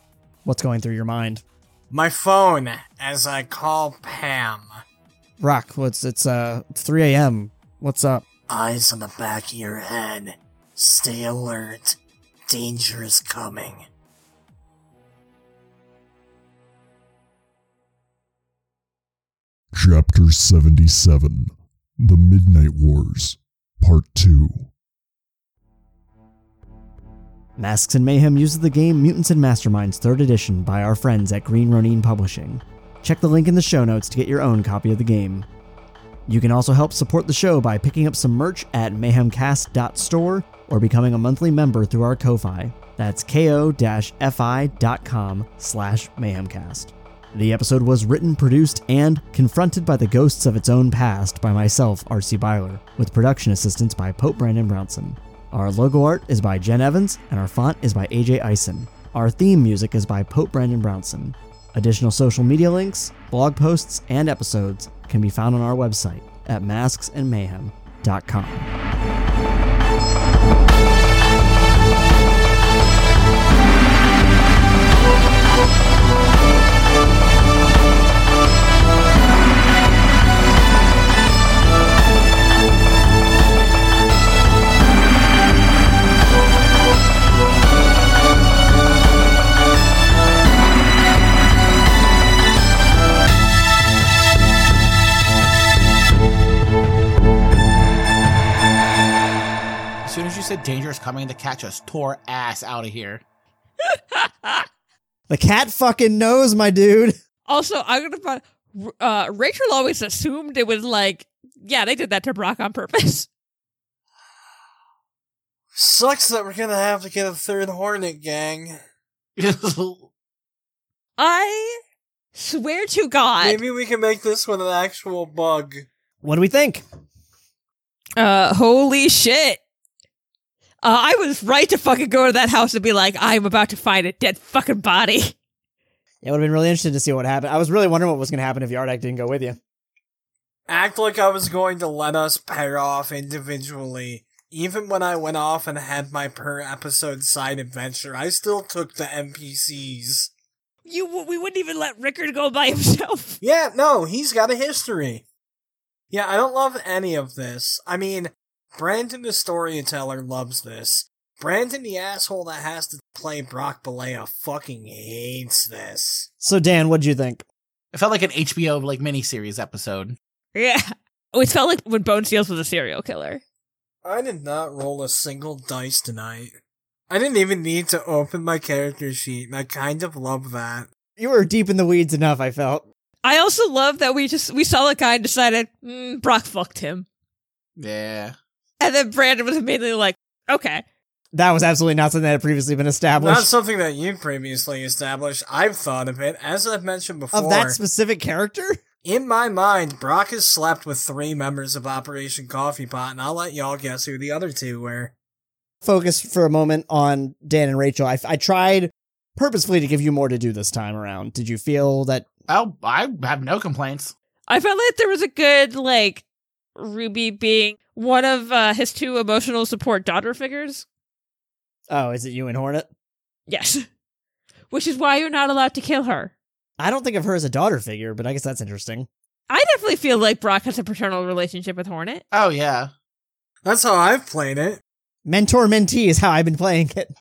[SPEAKER 3] What's going through your mind?
[SPEAKER 4] My phone, as I call Pam.
[SPEAKER 3] Brock, what's it's uh 3 a.m. What's up?
[SPEAKER 4] Eyes on the back of your head. Stay alert. Danger is coming.
[SPEAKER 2] Chapter 77 The Midnight Wars, Part 2.
[SPEAKER 3] Masks and Mayhem uses the game Mutants and Masterminds 3rd Edition by our friends at Green Ronin Publishing. Check the link in the show notes to get your own copy of the game. You can also help support the show by picking up some merch at mayhemcast.store or becoming a monthly member through our Ko-Fi. That's ko-fi.com slash mayhemcast. The episode was written, produced, and confronted by the ghosts of its own past by myself, R.C. Byler, with production assistance by Pope Brandon Brownson. Our logo art is by Jen Evans, and our font is by AJ Ison. Our theme music is by Pope Brandon Brownson. Additional social media links, blog posts, and episodes can be found on our website at masksandmayhem.com.
[SPEAKER 8] As soon as you said danger's coming to catch us, tore ass out of here.
[SPEAKER 3] The cat fucking knows, my dude.
[SPEAKER 7] Also, I'm gonna find. Uh, Rachel always assumed it was like, yeah, they did that to Brock on purpose.
[SPEAKER 4] Sucks that we're gonna have to get a third Hornet gang.
[SPEAKER 7] I swear to God.
[SPEAKER 4] Maybe we can make this one an actual bug.
[SPEAKER 3] What do we think?
[SPEAKER 7] Uh, holy shit. Uh, I was right to fucking go to that house and be like, I'm about to find a dead fucking body.
[SPEAKER 3] It would have been really interesting to see what happened. I was really wondering what was going to happen if Yardak didn't go with you.
[SPEAKER 4] Act like I was going to let us pair off individually. Even when I went off and had my per episode side adventure, I still took the NPCs.
[SPEAKER 7] You, w- we wouldn't even let Rickard go by himself.
[SPEAKER 4] Yeah, no, he's got a history. Yeah, I don't love any of this. I mean, Brandon the storyteller loves this. Brandon the asshole that has to play Brock Balea fucking hates this.
[SPEAKER 3] So, Dan, what'd you think?
[SPEAKER 8] It felt like an HBO like miniseries episode.
[SPEAKER 7] Yeah. Oh, It felt like when Bone Steals was a serial killer.
[SPEAKER 4] I did not roll a single dice tonight. I didn't even need to open my character sheet, and I kind of love that.
[SPEAKER 3] You were deep in the weeds enough, I felt.
[SPEAKER 7] I also love that we just we saw the guy and decided mm, Brock fucked him,
[SPEAKER 8] Yeah.
[SPEAKER 7] and then Brandon was immediately like, "Okay,
[SPEAKER 3] That was absolutely not something that had previously been established.
[SPEAKER 4] Not something that you previously established. I've thought of it. As I've mentioned before,
[SPEAKER 3] of that specific character?
[SPEAKER 4] in my mind, Brock has slept with three members of Operation Coffee Pot, and I'll let y'all guess who the other two were.
[SPEAKER 3] Focus for a moment on Dan and Rachel. I, I tried purposefully to give you more to do this time around. Did you feel that?
[SPEAKER 8] Oh, I have no complaints.
[SPEAKER 7] I felt like there was a good like Ruby being one of uh, his two emotional support daughter figures.
[SPEAKER 3] Oh, is it you and Hornet?
[SPEAKER 7] Yes, which is why you're not allowed to kill her.
[SPEAKER 3] I don't think of her as a daughter figure, but I guess that's interesting.
[SPEAKER 7] I definitely feel like Brock has a paternal relationship with Hornet.
[SPEAKER 8] Oh yeah.
[SPEAKER 4] That's how I've played it.
[SPEAKER 3] Mentor mentee is how I've been playing it.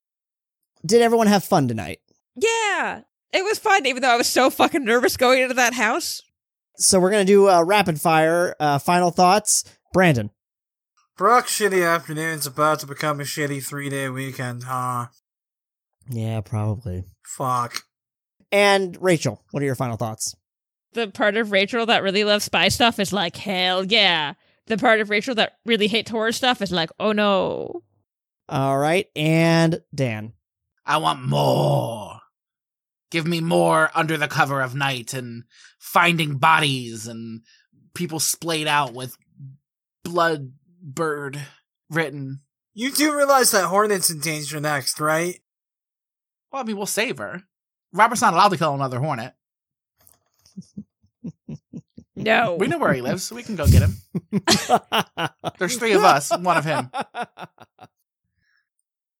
[SPEAKER 3] Did everyone have fun tonight?
[SPEAKER 7] Yeah, it was fun, even though I was so fucking nervous going into that house.
[SPEAKER 3] So we're gonna do uh, rapid fire. Uh, final thoughts, Brandon.
[SPEAKER 4] Brock's shitty afternoon's about to become a shitty three day weekend, huh?
[SPEAKER 3] Yeah, probably.
[SPEAKER 4] Fuck.
[SPEAKER 3] And Rachel, what are your final thoughts?
[SPEAKER 7] the part of Rachel that really loves spy stuff is like, hell yeah. The part of Rachel that really hates horror stuff is like, oh no.
[SPEAKER 3] All right, and Dan.
[SPEAKER 8] I want more. Give me more under the cover of night and finding bodies and people splayed out with blood bird written.
[SPEAKER 4] You do realize that Hornet's in danger next, right?
[SPEAKER 8] Well, I mean, we'll save her. Robert's not allowed to kill another hornet.
[SPEAKER 7] No.
[SPEAKER 8] We know where he lives, so we can go get him. There's three of us, one of him.